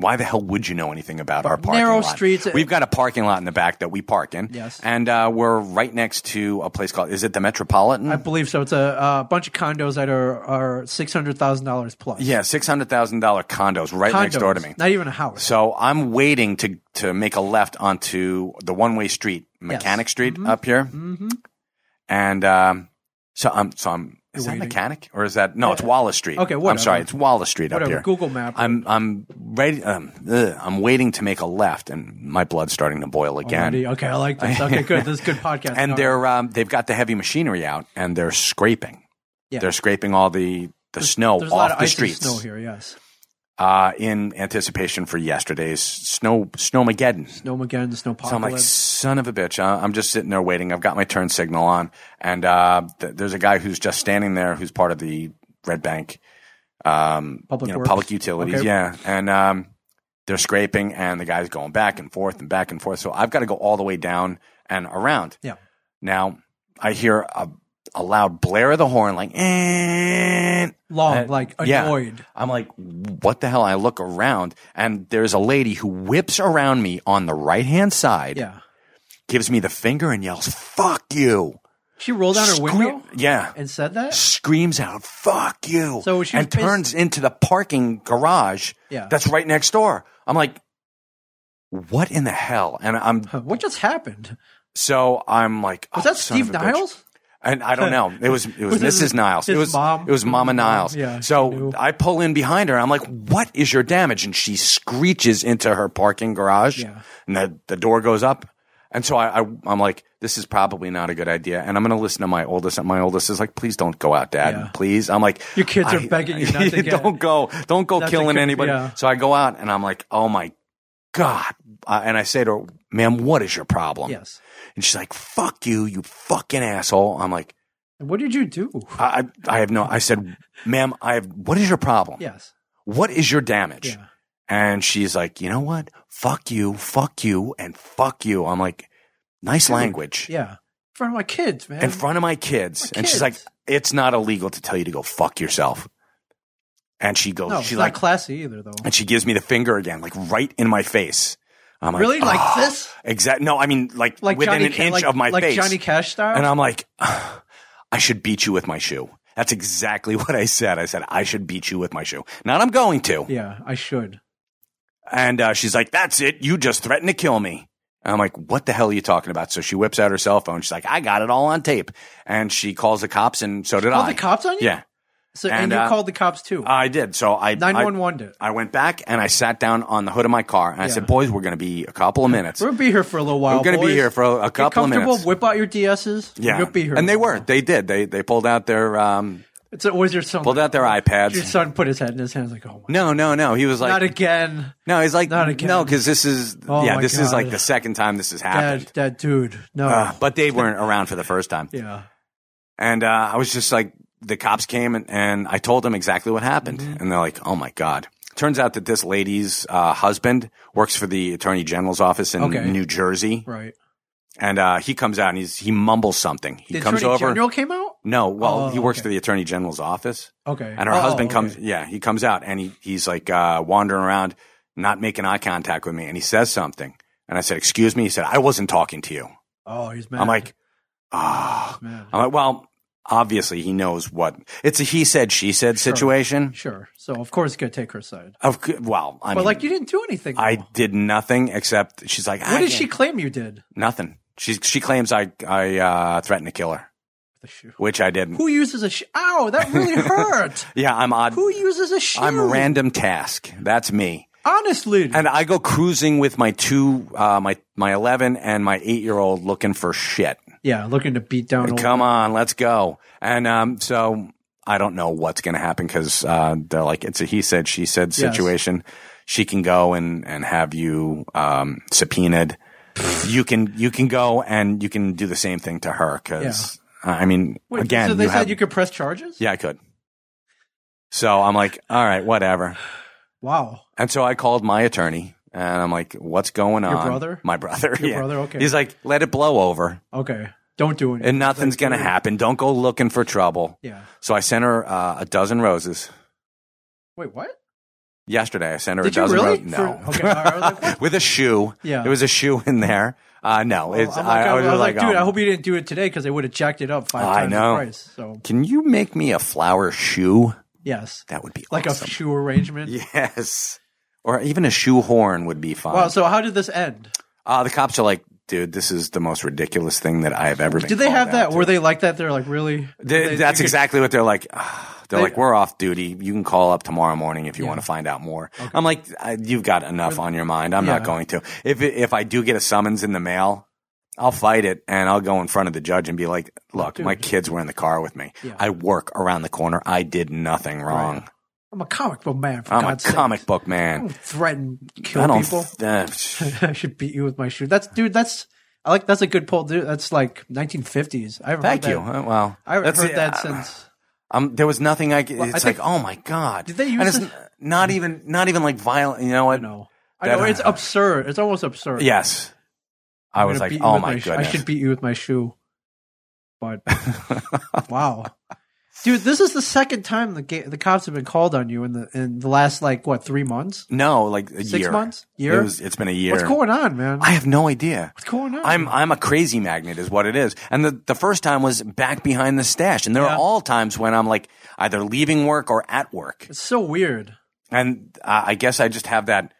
Speaker 2: Why the hell would you know anything about our parking
Speaker 1: Narrow
Speaker 2: lot?
Speaker 1: streets- uh,
Speaker 2: We've got a parking lot in the back that we park in.
Speaker 1: Yes.
Speaker 2: and uh, we're right next to a place called is it the Metropolitan?
Speaker 1: I believe so. It's a uh, bunch of condos that are are six hundred thousand dollars plus.
Speaker 2: yeah, six hundred thousand dollar condos right next door to
Speaker 1: Condos,
Speaker 2: me.
Speaker 1: Not even a house.
Speaker 2: So I'm waiting to to make a left onto the one way street, Mechanic Street up here, mm-hmm. and um, so I'm so I'm is
Speaker 1: You're
Speaker 2: that
Speaker 1: waiting.
Speaker 2: Mechanic or is that no? It's Wallace Street.
Speaker 1: Okay,
Speaker 2: I'm
Speaker 1: whatever.
Speaker 2: sorry, it's Wallace Street up
Speaker 1: Whatever.
Speaker 2: here.
Speaker 1: Google Map.
Speaker 2: I'm I'm ready. Um, ugh, I'm waiting to make a left, and my blood's starting to boil again.
Speaker 1: Already. Okay, I like this. Okay, good. This is good podcast.
Speaker 2: and
Speaker 1: Oh, All right.
Speaker 2: they're um, they've got the heavy machinery out, and they're scraping.
Speaker 1: Yeah.
Speaker 2: They're scraping all the the snow
Speaker 1: there's a lot
Speaker 2: off
Speaker 1: of
Speaker 2: the
Speaker 1: ice and
Speaker 2: streets
Speaker 1: snow here. Yes,
Speaker 2: Uh, in anticipation for yesterday's snow snowmageddon.
Speaker 1: snow again. Snow
Speaker 2: So I'm like, son of a bitch. I- I'm just sitting there waiting. I've got my turn signal on. And uh, th- there's a guy who's just standing there who's part of the Red Bank um,
Speaker 1: Public
Speaker 2: you know,
Speaker 1: Works.
Speaker 2: public utilities.
Speaker 1: Okay.
Speaker 2: Yeah. And um, they're scraping, and the guy's going back and forth and back and forth. So I've got to go all the way down and around.
Speaker 1: Yeah.
Speaker 2: Now I hear a, a loud blare of the horn, like, and
Speaker 1: long,
Speaker 2: Uh,
Speaker 1: like
Speaker 2: yeah.
Speaker 1: annoyed.
Speaker 2: I'm like, what the hell? I look around, and there's a lady who whips around me on the right hand side
Speaker 1: Yeah,
Speaker 2: gives me the finger and yells, fuck you.
Speaker 1: she rolled down her
Speaker 2: Scre-
Speaker 1: window
Speaker 2: Yeah.
Speaker 1: and said that.
Speaker 2: Screams out, fuck you.
Speaker 1: So she was
Speaker 2: and turns into the parking garage
Speaker 1: Yeah.
Speaker 2: that's right next door. I'm like, what in the hell? And I'm,
Speaker 1: What just happened?
Speaker 2: so I'm like,
Speaker 1: Was
Speaker 2: oh,
Speaker 1: that
Speaker 2: son
Speaker 1: Steve
Speaker 2: of a bitch.
Speaker 1: Niles?
Speaker 2: And I don't know. It was it was,
Speaker 1: Was his-
Speaker 2: Mrs. Niles.
Speaker 1: his
Speaker 2: it was
Speaker 1: mom?
Speaker 2: It was Mama Niles.
Speaker 1: Yeah, she
Speaker 2: so
Speaker 1: knew.
Speaker 2: I pull in behind her. and I'm like, "What is your damage?" And she screeches into her parking garage.
Speaker 1: Yeah.
Speaker 2: And the the door goes up. And so I, I I'm like, "This is probably not a good idea." And I'm going to listen to my oldest. And my oldest is like, "Please don't go out, Dad.
Speaker 1: Yeah.
Speaker 2: Please." I'm like,
Speaker 1: Your kids are
Speaker 2: I-
Speaker 1: begging you not to get-
Speaker 2: don't go. Don't go
Speaker 1: Not to
Speaker 2: killing
Speaker 1: cook-
Speaker 2: anybody.
Speaker 1: yeah.
Speaker 2: So I go out and I'm like, "Oh my God!" Uh, and I say to her, "Ma'am, what is your problem?"
Speaker 1: Yes.
Speaker 2: And she's like, "Fuck you, you fucking asshole." I'm like.
Speaker 1: And what did you do?
Speaker 2: I, I I have no. I said, "Ma'am, I have. What is your problem?
Speaker 1: Yes.
Speaker 2: What is your damage?"
Speaker 1: Yeah.
Speaker 2: And she's like, "You know what? Fuck you, fuck you, and fuck you." I'm like, "Nice language
Speaker 1: Yeah. In front of my kids, man.
Speaker 2: in front of my kids."
Speaker 1: My
Speaker 2: and she's like,
Speaker 1: kids.
Speaker 2: "It's not illegal to tell you to go fuck yourself." And she goes,
Speaker 1: no, it's
Speaker 2: she
Speaker 1: not
Speaker 2: like,
Speaker 1: classy either, though.
Speaker 2: and she gives me the finger again, like right in my face. I'm like,
Speaker 1: Really, like
Speaker 2: "Ah."
Speaker 1: this,
Speaker 2: Exact. No, I mean like,
Speaker 1: like
Speaker 2: within
Speaker 1: Johnny,
Speaker 2: an
Speaker 1: Ca-
Speaker 2: inch
Speaker 1: like,
Speaker 2: of my
Speaker 1: like
Speaker 2: face.
Speaker 1: Johnny Cash style.
Speaker 2: And I'm like, I should beat you with my shoe. That's exactly what I said. I said, I should beat you with my shoe. Not I'm going to.
Speaker 1: yeah, I should.
Speaker 2: And uh, she's like, that's it. You just threatened to kill me. And I'm like, what the hell are you talking about? So she whips out her cell phone. She's like, I got it all on tape. And she calls the cops, and so did
Speaker 1: Called
Speaker 2: I.
Speaker 1: Oh, the cops on you.
Speaker 2: Yeah,
Speaker 1: So and,
Speaker 2: And,
Speaker 1: you
Speaker 2: uh,
Speaker 1: called the cops too.
Speaker 2: I did. So I,
Speaker 1: Nine
Speaker 2: I,
Speaker 1: one one did.
Speaker 2: I went back and I sat down on the hood of my car and I said,
Speaker 1: Yeah.
Speaker 2: boys, we're going to be a couple of minutes.
Speaker 1: We're gonna be here for a little while.
Speaker 2: We're going to be
Speaker 1: boys.
Speaker 2: here for a, a
Speaker 1: Get
Speaker 2: couple of
Speaker 1: comfortable.
Speaker 2: minutes.
Speaker 1: Whip out your DSs.
Speaker 2: Yeah.
Speaker 1: We're gonna be here.
Speaker 2: and
Speaker 1: for
Speaker 2: they
Speaker 1: a
Speaker 2: were.
Speaker 1: while.
Speaker 2: They did. They they pulled out their um
Speaker 1: It's always your son.
Speaker 2: pulled out their iPads.
Speaker 1: Your son put his head in his hands like, oh my.
Speaker 2: No, no, no. He was like,
Speaker 1: Not again,
Speaker 2: no, he's like,
Speaker 1: not again.
Speaker 2: no, because this is,
Speaker 1: Oh
Speaker 2: yeah,
Speaker 1: my
Speaker 2: this is
Speaker 1: God.
Speaker 2: like the second time this has happened.
Speaker 1: Dad. Dad, dude. No.
Speaker 2: Uh, but they weren't around for the first time.
Speaker 1: yeah.
Speaker 2: And uh, I was just like, the cops came and, and I told them exactly what happened.
Speaker 1: Mm-hmm.
Speaker 2: And they're like, oh my God. Turns out that this lady's uh, husband works for the attorney general's office in
Speaker 1: Okay.
Speaker 2: New Jersey.
Speaker 1: Right.
Speaker 2: And uh, he comes out and he's, he mumbles something. He
Speaker 1: the
Speaker 2: comes
Speaker 1: attorney
Speaker 2: over.
Speaker 1: general came out.
Speaker 2: No, well,
Speaker 1: Oh,
Speaker 2: he works
Speaker 1: okay.
Speaker 2: for the attorney general's office.
Speaker 1: Okay.
Speaker 2: And her
Speaker 1: Oh,
Speaker 2: husband
Speaker 1: okay.
Speaker 2: comes, yeah, he comes out and he, he's like uh, wandering around, not making eye contact with me. And he says something. And I said, Excuse me. He said, I wasn't talking to you.
Speaker 1: Oh, he's mad.
Speaker 2: I'm like, Ah.
Speaker 1: man.
Speaker 2: I'm like, Well, obviously he knows what. It's a he said, she said
Speaker 1: Sure.
Speaker 2: situation.
Speaker 1: Sure. So of course, gonna take her side.
Speaker 2: Of, c- well, I
Speaker 1: but
Speaker 2: mean,
Speaker 1: like, you didn't do anything.
Speaker 2: I
Speaker 1: though.
Speaker 2: did nothing except she's like,
Speaker 1: What did she claim you did?
Speaker 2: Nothing. She, she claims I, I uh, threatened to kill her,
Speaker 1: The shoe.
Speaker 2: which I didn't.
Speaker 1: Who uses a shoe? Ow, that really hurt.
Speaker 2: yeah, I'm odd.
Speaker 1: Who uses a shoe?
Speaker 2: I'm random task. That's me.
Speaker 1: Honestly,
Speaker 2: And I go cruising with my two, uh, my my eleven and my eight year old, looking for shit.
Speaker 1: yeah, looking to beat down. old-
Speaker 2: Come on, let's go. And um, so I don't know what's going to happen because uh, they're like it's a he said she
Speaker 1: Yes.
Speaker 2: said situation. She can go and and have you um, subpoenaed. you can you can go and you can do the same thing to her because I mean
Speaker 1: Wait,
Speaker 2: again
Speaker 1: so they
Speaker 2: you
Speaker 1: said
Speaker 2: have-
Speaker 1: you could press charges.
Speaker 2: yeah I could. So I'm like all right whatever.
Speaker 1: Wow.
Speaker 2: And so I called my attorney and I'm like, what's going on?
Speaker 1: brother?
Speaker 2: My brother.
Speaker 1: Your
Speaker 2: yeah.
Speaker 1: brother. Okay.
Speaker 2: He's like, let it blow over
Speaker 1: okay. Don't do anything.
Speaker 2: and nothing's going to happen. Don't go looking for trouble.
Speaker 1: yeah.
Speaker 2: So I sent her uh, a dozen roses.
Speaker 1: Wait, what?
Speaker 2: yesterday. I sent her
Speaker 1: Did
Speaker 2: a
Speaker 1: you
Speaker 2: dozen.
Speaker 1: really?
Speaker 2: roses. No,
Speaker 1: For- okay, all right. I was like, what?
Speaker 2: with a shoe.
Speaker 1: Yeah.
Speaker 2: there was a shoe in there. Uh, no, it's.
Speaker 1: I'm like,
Speaker 2: I, I was like,
Speaker 1: dude,
Speaker 2: um,
Speaker 1: I hope you didn't do it today because they would have jacked it up five
Speaker 2: I
Speaker 1: times
Speaker 2: know.
Speaker 1: the price. So
Speaker 2: Can you make me a flower shoe?
Speaker 1: yes,
Speaker 2: That would be
Speaker 1: like
Speaker 2: awesome.
Speaker 1: a shoe arrangement.
Speaker 2: Yes. Or even a shoehorn would be fine.
Speaker 1: Wow. So how did this end?
Speaker 2: uh, the cops are like, dude, this is the most ridiculous thing that I have ever been.
Speaker 1: Did they
Speaker 2: called
Speaker 1: have
Speaker 2: out
Speaker 1: that?
Speaker 2: to."
Speaker 1: Were they like that? They're like really.
Speaker 2: They-
Speaker 1: they-
Speaker 2: that's
Speaker 1: you could-
Speaker 2: exactly what they're like. "Ah." They're
Speaker 1: They-
Speaker 2: like, we're off duty. You can call up tomorrow morning if you want to find out more. I'm like, "I- you've got enough on your mind. I'm not
Speaker 1: Yeah.
Speaker 2: going to. If it- if I do get a summons in the mail, I'll fight it and I'll go in front of the judge and be like, look, my kids were in the car with me.
Speaker 1: Yeah.
Speaker 2: I work around the corner. I did nothing wrong.
Speaker 1: I'm a comic book man. For
Speaker 2: I'm
Speaker 1: God's
Speaker 2: a
Speaker 1: sake.
Speaker 2: comic book
Speaker 1: I
Speaker 2: man.
Speaker 1: don't threaten
Speaker 2: I
Speaker 1: kill
Speaker 2: don't.
Speaker 1: people.
Speaker 2: uh,
Speaker 1: I should beat you with my shoe. That's dude. That's I like. That's a good poll. Dude, that's like 1950s. I haven't
Speaker 2: thank
Speaker 1: heard
Speaker 2: you.
Speaker 1: That.
Speaker 2: Uh, Well,
Speaker 1: I haven't
Speaker 2: that's
Speaker 1: heard
Speaker 2: the-
Speaker 1: that
Speaker 2: uh,
Speaker 1: since.
Speaker 2: Um, there was nothing I. c-
Speaker 1: I
Speaker 2: It's
Speaker 1: think-
Speaker 2: like, oh my god. Did
Speaker 1: they use
Speaker 2: just,
Speaker 1: this-
Speaker 2: Not even. Not even like violent. You know what?
Speaker 1: No, I
Speaker 2: that-
Speaker 1: know it's absurd. It's almost absurd.
Speaker 2: Yes. I
Speaker 1: I'm
Speaker 2: was
Speaker 1: gonna
Speaker 2: like,
Speaker 1: beat you
Speaker 2: oh
Speaker 1: with
Speaker 2: my
Speaker 1: sh-
Speaker 2: goodness.
Speaker 1: I should beat you with my shoe. But wow, dude, this is the second time the ga- the cops have been called on you in the in the last like what three months,
Speaker 2: no, like a
Speaker 1: six
Speaker 2: year.
Speaker 1: months,
Speaker 2: It
Speaker 1: year.
Speaker 2: was, it's been a year.
Speaker 1: What's Hmm. going on, man?
Speaker 2: I have no idea.
Speaker 1: What's going on?
Speaker 2: I'm I'm a crazy magnet, is what it is. And the the first time was back behind the stash, and there are
Speaker 1: Yeah.
Speaker 2: all times when I'm like either leaving work or at work,
Speaker 1: It's so weird.
Speaker 2: and uh, I guess I just have that.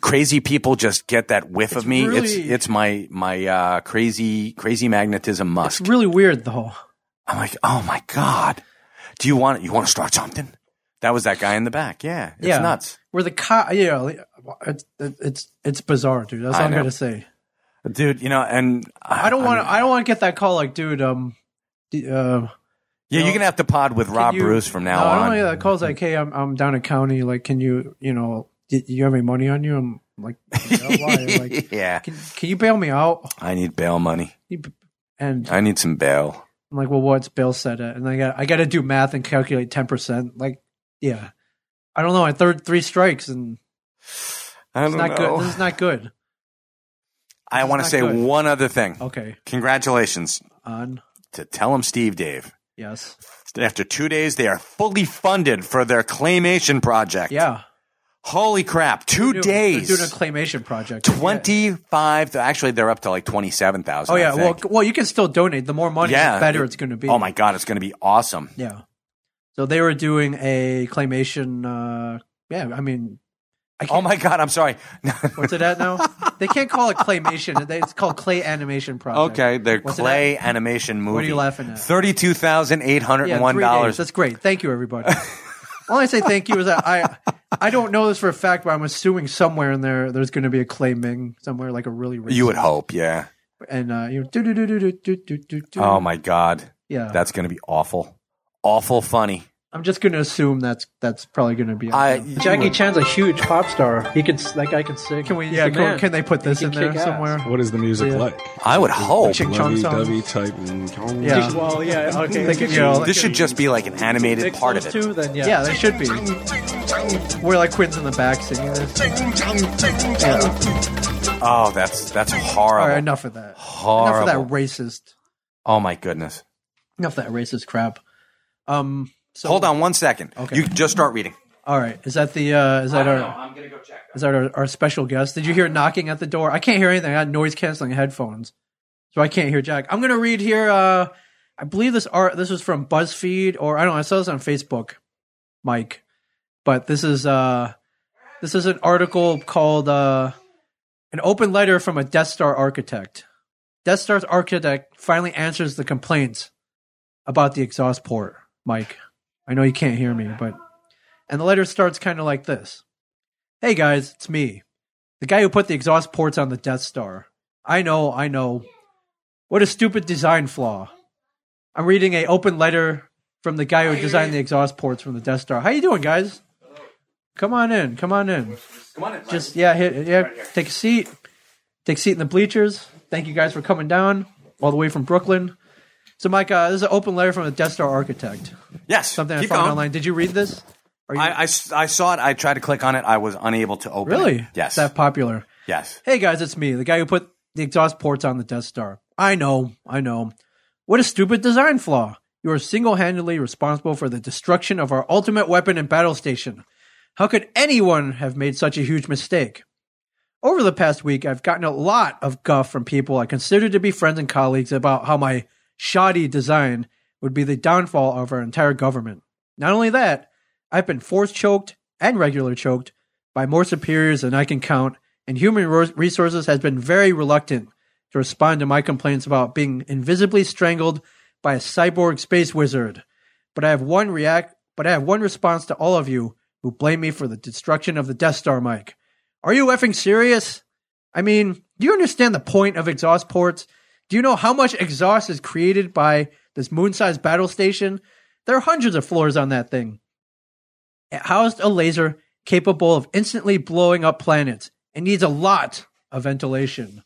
Speaker 2: Crazy people just get that whiff of me. it's
Speaker 1: really-
Speaker 2: it's my my uh, crazy crazy magnetism
Speaker 1: It's
Speaker 2: musk.
Speaker 1: really weird though.
Speaker 2: I'm like, oh my god, do you want you want to start something? That was that guy in the back. Yeah, it's
Speaker 1: Yeah.
Speaker 2: nuts.
Speaker 1: Where the cop, yeah, like, it's it's it's bizarre, dude. That's
Speaker 2: I
Speaker 1: all I'm
Speaker 2: know.
Speaker 1: gonna say.
Speaker 2: dude. You know, and
Speaker 1: I don't want
Speaker 2: mean-
Speaker 1: to. I don't want to get that call. Like, dude, um, d- uh,
Speaker 2: Yeah,
Speaker 1: you
Speaker 2: you're
Speaker 1: know,
Speaker 2: gonna have to pod with Rob
Speaker 1: you-
Speaker 2: Bruce from now
Speaker 1: no, I don't
Speaker 2: on.
Speaker 1: want to get that calls. Like, hey, I'm I'm down at county. Like, can you, you know, do you have any money on you? I'm like, yeah, why? like,
Speaker 2: yeah,
Speaker 1: can can you bail me out?
Speaker 2: I need bail money.
Speaker 1: And I'm
Speaker 2: I need some bail.
Speaker 1: like, well, what's bail set at? And I got I got to do math and calculate ten percent. Like, yeah, I don't know. I third three strikes and
Speaker 2: I don't
Speaker 1: it's not
Speaker 2: know.
Speaker 1: good. This is not good.
Speaker 2: I
Speaker 1: this
Speaker 2: want
Speaker 1: is
Speaker 2: to
Speaker 1: not
Speaker 2: say
Speaker 1: good. Oh.
Speaker 2: one other thing.
Speaker 1: Okay,
Speaker 2: Congratulations
Speaker 1: on
Speaker 2: to Tell 'em Steve Dave.
Speaker 1: yes,
Speaker 2: After two days, they are fully funded for their claymation project.
Speaker 1: yeah.
Speaker 2: Holy crap! Two
Speaker 1: They're doing-
Speaker 2: days.
Speaker 1: They're doing a claymation project.
Speaker 2: Twenty-five. Actually, they're up to like twenty-seven thousand.
Speaker 1: Oh yeah, well, well, you can still donate. The more money,
Speaker 2: Yeah.
Speaker 1: the better it's going to be.
Speaker 2: oh my god, it's going to be awesome.
Speaker 1: Yeah. So they were doing a claymation. Uh, yeah, I mean, I
Speaker 2: Oh
Speaker 1: can't,
Speaker 2: my god, I'm sorry.
Speaker 1: what's it at now? they can't call it claymation. They- It's called clay animation project.
Speaker 2: okay, their
Speaker 1: What's it at?
Speaker 2: clay animation movie.
Speaker 1: What are you laughing at?
Speaker 2: Thirty-two thousand eight hundred
Speaker 1: Yeah,
Speaker 2: and one
Speaker 1: three days.
Speaker 2: dollars.
Speaker 1: That's great. Thank you, everybody. All I say thank you is that I I don't know this for a fact, but I'm assuming somewhere in there there's going to be a claiming somewhere like a really rich
Speaker 2: You would hope, yeah.
Speaker 1: and uh, you know, do do do do do do do do.
Speaker 2: Oh my god,
Speaker 1: yeah.
Speaker 2: that's going to be awful, awful funny.
Speaker 1: I'm just gonna assume that's that's probably gonna be.
Speaker 2: I-
Speaker 3: Jackie Chan's a huge pop star. He could, that guy can sing.
Speaker 1: Can we?
Speaker 3: He's
Speaker 1: Yeah.
Speaker 3: the
Speaker 1: Can,
Speaker 3: man.
Speaker 1: can they put this
Speaker 3: He
Speaker 1: in
Speaker 3: can
Speaker 1: there
Speaker 3: kick ass.
Speaker 1: somewhere?
Speaker 4: What is the music
Speaker 1: Yeah.
Speaker 4: like?
Speaker 2: I would hope
Speaker 1: Ching chong songs.
Speaker 4: Lovey-dovey type. Mm, and-
Speaker 1: Yeah.
Speaker 3: Well, yeah. Okay.
Speaker 1: They could, you know,
Speaker 2: this should just be like an animated
Speaker 3: Mix
Speaker 2: part of
Speaker 3: those
Speaker 2: it.
Speaker 3: two, then yeah.
Speaker 1: yeah, there should be. We're like Quinn's in the back singing this.
Speaker 2: Oh, that's that's
Speaker 1: All right,
Speaker 2: horrible.
Speaker 1: enough of that.
Speaker 2: horrible.
Speaker 1: Enough of that racist.
Speaker 2: oh my goodness.
Speaker 1: Enough of that racist crap. Um. So,
Speaker 2: Hold on one second.
Speaker 1: Okay.
Speaker 2: You just start reading.
Speaker 1: All right. Is that the? Uh, is that our?
Speaker 2: I'm gonna go check.
Speaker 1: Is that our, our special guest? Did you hear knocking at the door? I can't hear anything. I got noise canceling headphones, so I can't hear Jack. I'm gonna read here. Uh, I believe this art. This was from BuzzFeed, or I don't know. I saw this on Facebook, Mike. But this is uh, this is an article called uh, "An Open Letter from a Death Star Architect." Death Star's architect finally answers the complaints about the exhaust port, Mike. I know you can't hear me, but and the letter starts kind of like this. Hey guys, it's me. The guy who put the exhaust ports on the Death Star. I know, I know. What a stupid design flaw. I'm reading a open letter from the guy who designed the exhaust ports from the Death Star. How you doing, guys? Come on in. Come on in.
Speaker 2: Come on, in, Mike.
Speaker 1: Just yeah, hit, yeah. Take a seat. Take a seat in the bleachers. Thank you guys for coming down all the way from Brooklyn. So, Mike, uh, this is an open letter from the Death Star architect.
Speaker 2: yes.
Speaker 1: Something
Speaker 2: keep
Speaker 1: I found
Speaker 2: going.
Speaker 1: online. Did you read this? Are you
Speaker 2: I, I s- I saw it. I tried to click on it. I was unable to open.
Speaker 1: really?
Speaker 2: It. Yes.
Speaker 1: It's that popular.
Speaker 2: yes.
Speaker 1: Hey guys, it's me, the guy who put the exhaust ports on the Death Star. I know, I know. What a stupid design flaw. You are single handedly responsible for the destruction of our ultimate weapon and battle station. How could anyone have made such a huge mistake? Over the past week, I've gotten a lot of guff from people I consider to be friends and colleagues about how my shoddy design would be the downfall of our entire government. Not only that, I've been force choked and regular choked by more superiors than I can count, and Human Ro- Resources has been very reluctant to respond to my complaints about being invisibly strangled by a cyborg space wizard. But I have one react but I have one response to all of you who blame me for the destruction of the Death Star Mike. Are you effing serious? I mean, do you understand the point of exhaust ports? Do you know how much exhaust is created by this moon sized battle station? There are hundreds of floors on that thing. It housed a laser capable of instantly blowing up planets and needs a lot of ventilation.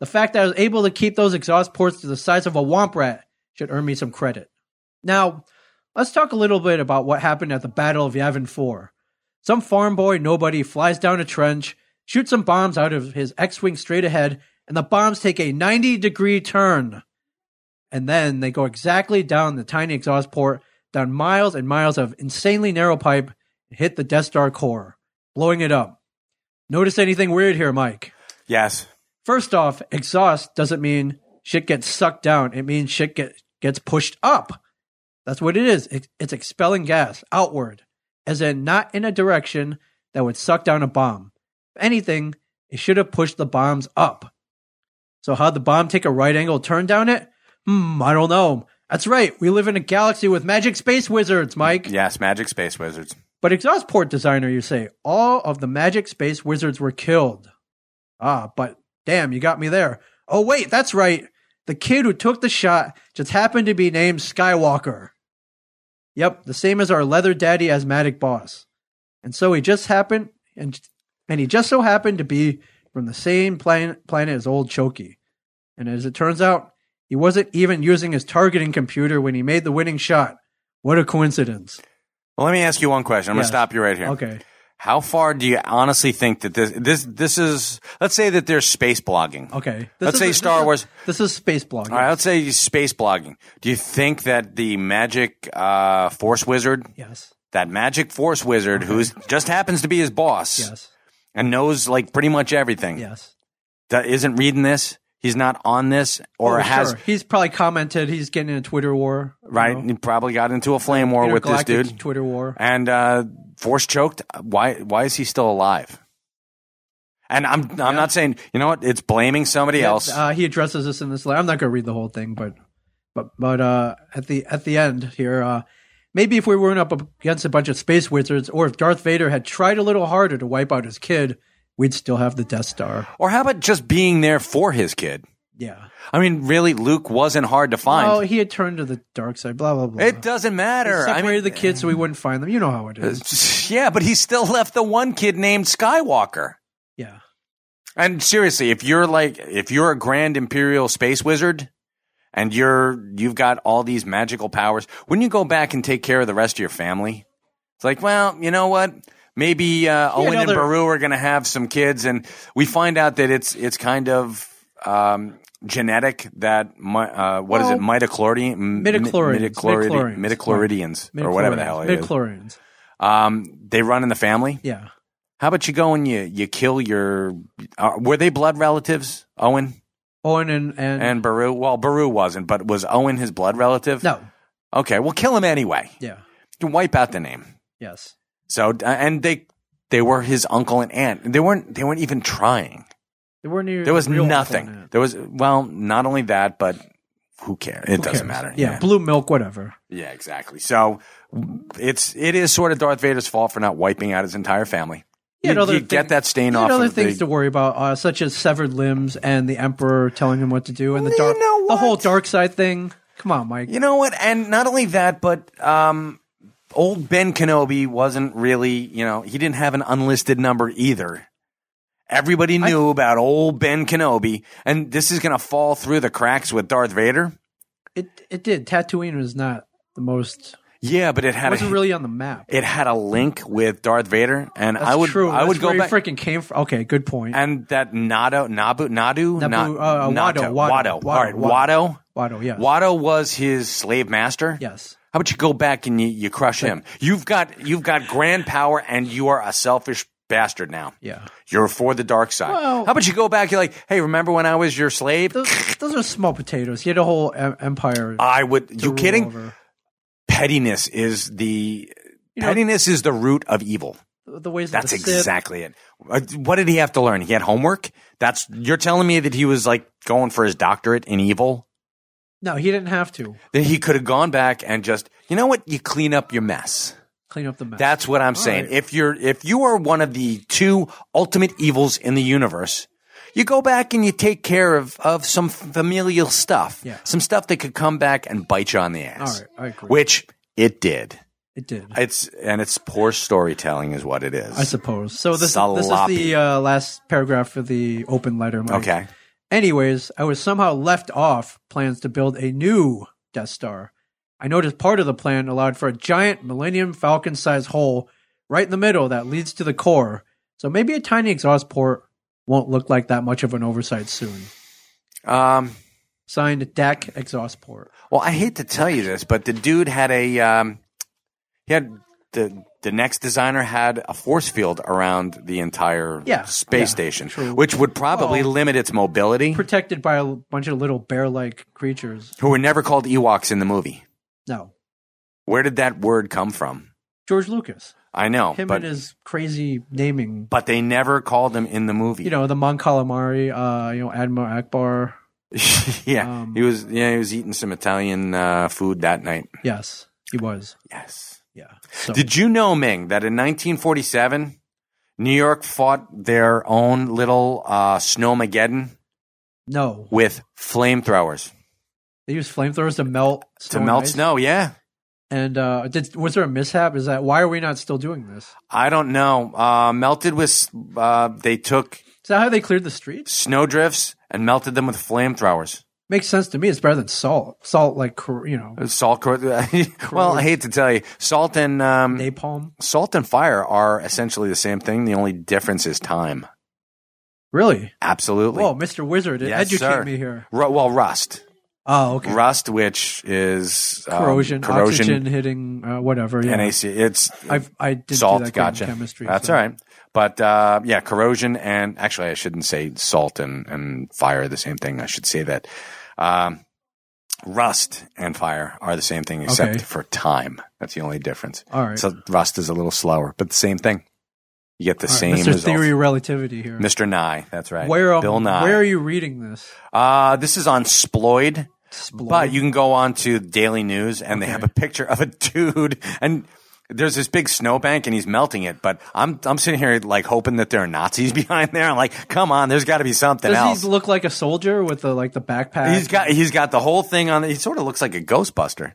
Speaker 1: The fact that I was able to keep those exhaust ports to the size of a womp rat should earn me some credit. Now, let's talk a little bit about what happened at the Battle of Yavin 4. Some farm boy nobody flies down a trench, shoots some bombs out of his X Wing straight ahead, and the bombs take a 90 degree turn. And then they go exactly down the tiny exhaust port, down miles and miles of insanely narrow pipe, and hit the Death Star core, blowing it up. Notice anything weird here, Mike?
Speaker 2: Yes.
Speaker 1: First off, exhaust doesn't mean shit gets sucked down. It means shit get, gets pushed up. That's what it is. It, it's expelling gas outward, as in not in a direction that would suck down a bomb. If anything, it should have pushed the bombs up. So how'd the bomb take a right angle turn down it? Hmm, I don't know. That's right. We live in a galaxy with magic space wizards, Mike.
Speaker 2: Yes. Magic Space Wizards.
Speaker 1: But exhaust port designer, you say, all of the magic space wizards were killed. Ah, but damn, you got me there. Oh, wait, that's right. The kid who took the shot just happened to be named Skywalker. Yep, the same as our leather daddy asthmatic boss. And so he just happened, and, and he just so happened to be from the same planet, planet as old Choki. And as it turns out, he wasn't even using his targeting computer when he made the winning shot. What a coincidence.
Speaker 2: Well, let me ask you one question. I'm going
Speaker 1: Yes.
Speaker 2: to stop you right here.
Speaker 1: Okay.
Speaker 2: How far do you honestly think that this this this is? Let's say that there's space blogging.
Speaker 1: Okay.
Speaker 2: Let's
Speaker 1: is-
Speaker 2: say Star
Speaker 1: is-
Speaker 2: Wars-
Speaker 1: This is space blog.
Speaker 2: All right, let's say space blogging. Do you think that the magic uh, force wizard,
Speaker 1: Yes.
Speaker 2: that magic force wizard, who's just happens to be his boss
Speaker 1: Yes.
Speaker 2: and knows like pretty much everything,
Speaker 1: Yes.
Speaker 2: that isn't reading this? He's not on this, or
Speaker 1: Oh,
Speaker 2: has
Speaker 1: sure. he's probably commented he's getting in a Twitter war, you
Speaker 2: right?
Speaker 1: know,
Speaker 2: He probably got into a flame war with this
Speaker 1: intergalactic
Speaker 2: dude
Speaker 1: Twitter war.
Speaker 2: and uh, force choked. Why? Why is he still alive? And I'm I'm not saying you know what it's blaming somebody else.
Speaker 1: Uh, he addresses this in this letter. I'm not going to read the whole thing, but but but uh, at the at the end here, uh, maybe if we weren't up against a bunch of space wizards, or if Darth Vader had tried a little harder to wipe out his kid, we'd still have the Death Star.
Speaker 2: Or how about just being there for his kid?
Speaker 1: Yeah.
Speaker 2: I mean, really, Luke wasn't hard to find.
Speaker 1: Oh, he had turned to the dark side. Blah blah blah.
Speaker 2: it doesn't
Speaker 1: He
Speaker 2: matter. I
Speaker 1: separated
Speaker 2: mean,
Speaker 1: the kids so we wouldn't find them. You know how it is.
Speaker 2: yeah, but he still left the one kid named Skywalker.
Speaker 1: Yeah.
Speaker 2: And seriously, if you're like, if you're a grand imperial space wizard and you're, you've got all these magical powers, wouldn't you go back and take care of the rest of your family? It's like, well, you know what? Maybe uh, Owen
Speaker 1: no,
Speaker 2: and
Speaker 1: they're-
Speaker 2: Baru are going to have some kids, and we find out that it's it's kind of um, genetic that mi- uh, what is
Speaker 1: Well,
Speaker 2: it mitochlorian m-
Speaker 1: midichlorians,
Speaker 2: midichloridi-
Speaker 1: midichlorians.
Speaker 2: midichloridians or whatever the hell it is.
Speaker 1: Midichlorians.
Speaker 2: Um, they run in the family.
Speaker 1: Yeah.
Speaker 2: How about you go and you you kill your? Uh, were they blood relatives, Owen
Speaker 1: Owen Oh, and and,
Speaker 2: and Baru? Well, Baru wasn't, but was Owen his blood relative?
Speaker 1: no.
Speaker 2: Okay, well, kill him anyway.
Speaker 1: Yeah.
Speaker 2: You wipe out the name.
Speaker 1: Yes.
Speaker 2: So uh, and they they were his uncle and aunt. They weren't they weren't even trying.
Speaker 1: There weren't even
Speaker 2: There was
Speaker 1: real
Speaker 2: nothing.
Speaker 1: alternate.
Speaker 2: There was well, not only that, but who cares? It doesn't
Speaker 1: Who cares?
Speaker 2: matter.
Speaker 1: Yeah, blue milk, whatever.
Speaker 2: Yeah, exactly. So it's it is sort of Darth Vader's fault for not wiping out his entire family.
Speaker 1: He had
Speaker 2: you
Speaker 1: other
Speaker 2: you
Speaker 1: thing-
Speaker 2: get that stain
Speaker 1: He
Speaker 2: off.
Speaker 1: had other
Speaker 2: of the-
Speaker 1: things to worry about, uh, such as severed limbs and the emperor telling him what to do, and the
Speaker 2: You
Speaker 1: dark,
Speaker 2: know
Speaker 1: the whole
Speaker 2: what?
Speaker 1: dark side thing. Come on, Mike.
Speaker 2: You know what? And not only that, but um, old Ben Kenobi wasn't really, you know, he didn't have an unlisted number either. Everybody knew about old Ben Kenobi, and this is going to fall through the cracks with Darth Vader.
Speaker 1: It it did. Tatooine was not the most.
Speaker 2: Yeah, but it
Speaker 1: It
Speaker 2: had a,
Speaker 1: wasn't really on the map.
Speaker 2: it had a link with Darth Vader, and
Speaker 1: That's
Speaker 2: I would
Speaker 1: true.
Speaker 2: I would
Speaker 1: That's
Speaker 2: go
Speaker 1: where
Speaker 2: back
Speaker 1: he freaking came from. Okay, good point.
Speaker 2: and that Nado Nabu Nadu
Speaker 1: Nabu-
Speaker 2: not,
Speaker 1: uh, Watto,
Speaker 2: Nato-
Speaker 1: Watto,
Speaker 2: Watto.
Speaker 1: Watto,
Speaker 2: All right, Watto
Speaker 1: Watto, yes,
Speaker 2: Watto was his slave master.
Speaker 1: yes.
Speaker 2: How How about you go back and you, you crush him? You've got you've got grand power, and you are a selfish bastard now.
Speaker 1: Yeah.
Speaker 2: You're for the dark side.
Speaker 1: Well-
Speaker 2: How about you go back? You're like, hey, remember when I was your slave?
Speaker 1: Those, those are small potatoes. He had a whole em- empire.
Speaker 2: I would.
Speaker 1: to
Speaker 2: You
Speaker 1: rule
Speaker 2: kidding?
Speaker 1: over.
Speaker 2: Pettiness is the
Speaker 1: You know-
Speaker 2: pettiness is the root of evil.
Speaker 1: The ways of
Speaker 2: That's
Speaker 1: the Sith.
Speaker 2: exactly it. Uh, What did he have to learn? He had homework. That's you're telling me that he was like going for his doctorate in evil.
Speaker 1: No, he didn't have to
Speaker 2: That he could have gone back and just, you know what? You clean up your mess.
Speaker 1: clean up the mess.
Speaker 2: That's what I'm saying.
Speaker 1: right.
Speaker 2: If you're if you are one of the two ultimate evils in the universe, you go back and you take care of, of some familial stuff.
Speaker 1: Yeah.
Speaker 2: Some stuff that could come back and bite you on the
Speaker 1: all
Speaker 2: ass.
Speaker 1: right. I agree.
Speaker 2: Which it did.
Speaker 1: it did.
Speaker 2: It's and it's poor storytelling is what it is.
Speaker 1: I suppose. So this, this is
Speaker 2: Sloppy.
Speaker 1: the uh, last paragraph for the open letter. Mike.
Speaker 2: Okay.
Speaker 1: Anyways, I was somehow left off plans to build a new Death Star. I noticed part of the plan allowed for a giant Millennium Falcon sized hole right in the middle that leads to the core. So maybe a tiny exhaust port won't look like that much of an oversight soon.
Speaker 2: Um
Speaker 1: Signed DAC exhaust port.
Speaker 2: well I hate to tell you this, but the dude had a um he had the the next designer had a force field around the entire
Speaker 1: Yeah,
Speaker 2: space
Speaker 1: yeah,
Speaker 2: station,
Speaker 1: true.
Speaker 2: which would probably
Speaker 1: Well-
Speaker 2: limit its mobility.
Speaker 1: Protected by a l- bunch of little bear like creatures.
Speaker 2: who were never called Ewoks in the movie.
Speaker 1: No.
Speaker 2: Where did that word come from?
Speaker 1: George Lucas.
Speaker 2: I know,
Speaker 1: Him
Speaker 2: but
Speaker 1: and his crazy naming
Speaker 2: but they never called them in the movie.
Speaker 1: you know the Mon Calamari, uh, you know Admiral Akbar.
Speaker 2: yeah,
Speaker 1: um,
Speaker 2: he was yeah he was eating some Italian uh, food that night.
Speaker 1: Yes, he was.
Speaker 2: Yes.
Speaker 1: Yeah. So,
Speaker 2: Did you know, Ming, that in 1947, New York fought their own little uh, snowmageddon
Speaker 1: no,
Speaker 2: with flamethrowers
Speaker 1: they used flamethrowers to melt
Speaker 2: to
Speaker 1: and
Speaker 2: melt
Speaker 1: ice.
Speaker 2: snow? Yeah.
Speaker 1: And uh, did, was there a mishap? Is that why are we not still doing this? Is
Speaker 2: I don't know. Uh, melted with, uh, they took
Speaker 1: that how they cleared the streets?
Speaker 2: snowdrifts and melted them with flamethrowers.
Speaker 1: Makes sense to me. It's better than salt. Salt, like cor- you know,
Speaker 2: Salt. cor- well, I hate to tell you, salt and um,
Speaker 1: napalm.
Speaker 2: salt and fire are essentially the same thing. The only difference is time.
Speaker 1: Really?
Speaker 2: Absolutely.
Speaker 1: Whoa, Mister Wizard,
Speaker 2: Yes,
Speaker 1: educate
Speaker 2: sir.
Speaker 1: me here.
Speaker 2: Ru- well, rust,
Speaker 1: Oh, okay.
Speaker 2: rust, which is um,
Speaker 1: corrosion, oxygen
Speaker 2: corrosion,
Speaker 1: hitting, uh, whatever. Yeah.
Speaker 2: NAC. It's
Speaker 1: I've, I didn't
Speaker 2: salt.
Speaker 1: do that
Speaker 2: gotcha.
Speaker 1: in chemistry.
Speaker 2: That's
Speaker 1: so-
Speaker 2: all right. But uh, yeah, corrosion and actually, I shouldn't say salt and and fire are the same thing. I should say that. Um, Rust and fire are the same thing except
Speaker 1: Okay.
Speaker 2: for time. That's the only difference.
Speaker 1: All right.
Speaker 2: So rust is a little slower, but the same thing. You get the
Speaker 1: All right,
Speaker 2: same
Speaker 1: Mr.
Speaker 2: result.
Speaker 1: Theory of Relativity here.
Speaker 2: Mr. Nye, that's right.
Speaker 1: Where, um,
Speaker 2: Bill Nye.
Speaker 1: where are you reading this?
Speaker 2: uh, this is on Sploid,
Speaker 1: Sploid?
Speaker 2: but you can go on to Daily News and they have a picture of a dude and there's this big snowbank and he's melting it, but I'm I'm sitting here like hoping that there are Nazis behind there. I'm like, come on, there's got to be something
Speaker 1: Does
Speaker 2: else.
Speaker 1: he look like a soldier with the like the backpack?
Speaker 2: he's got he's got the whole thing on. He sort of looks like a Ghostbuster.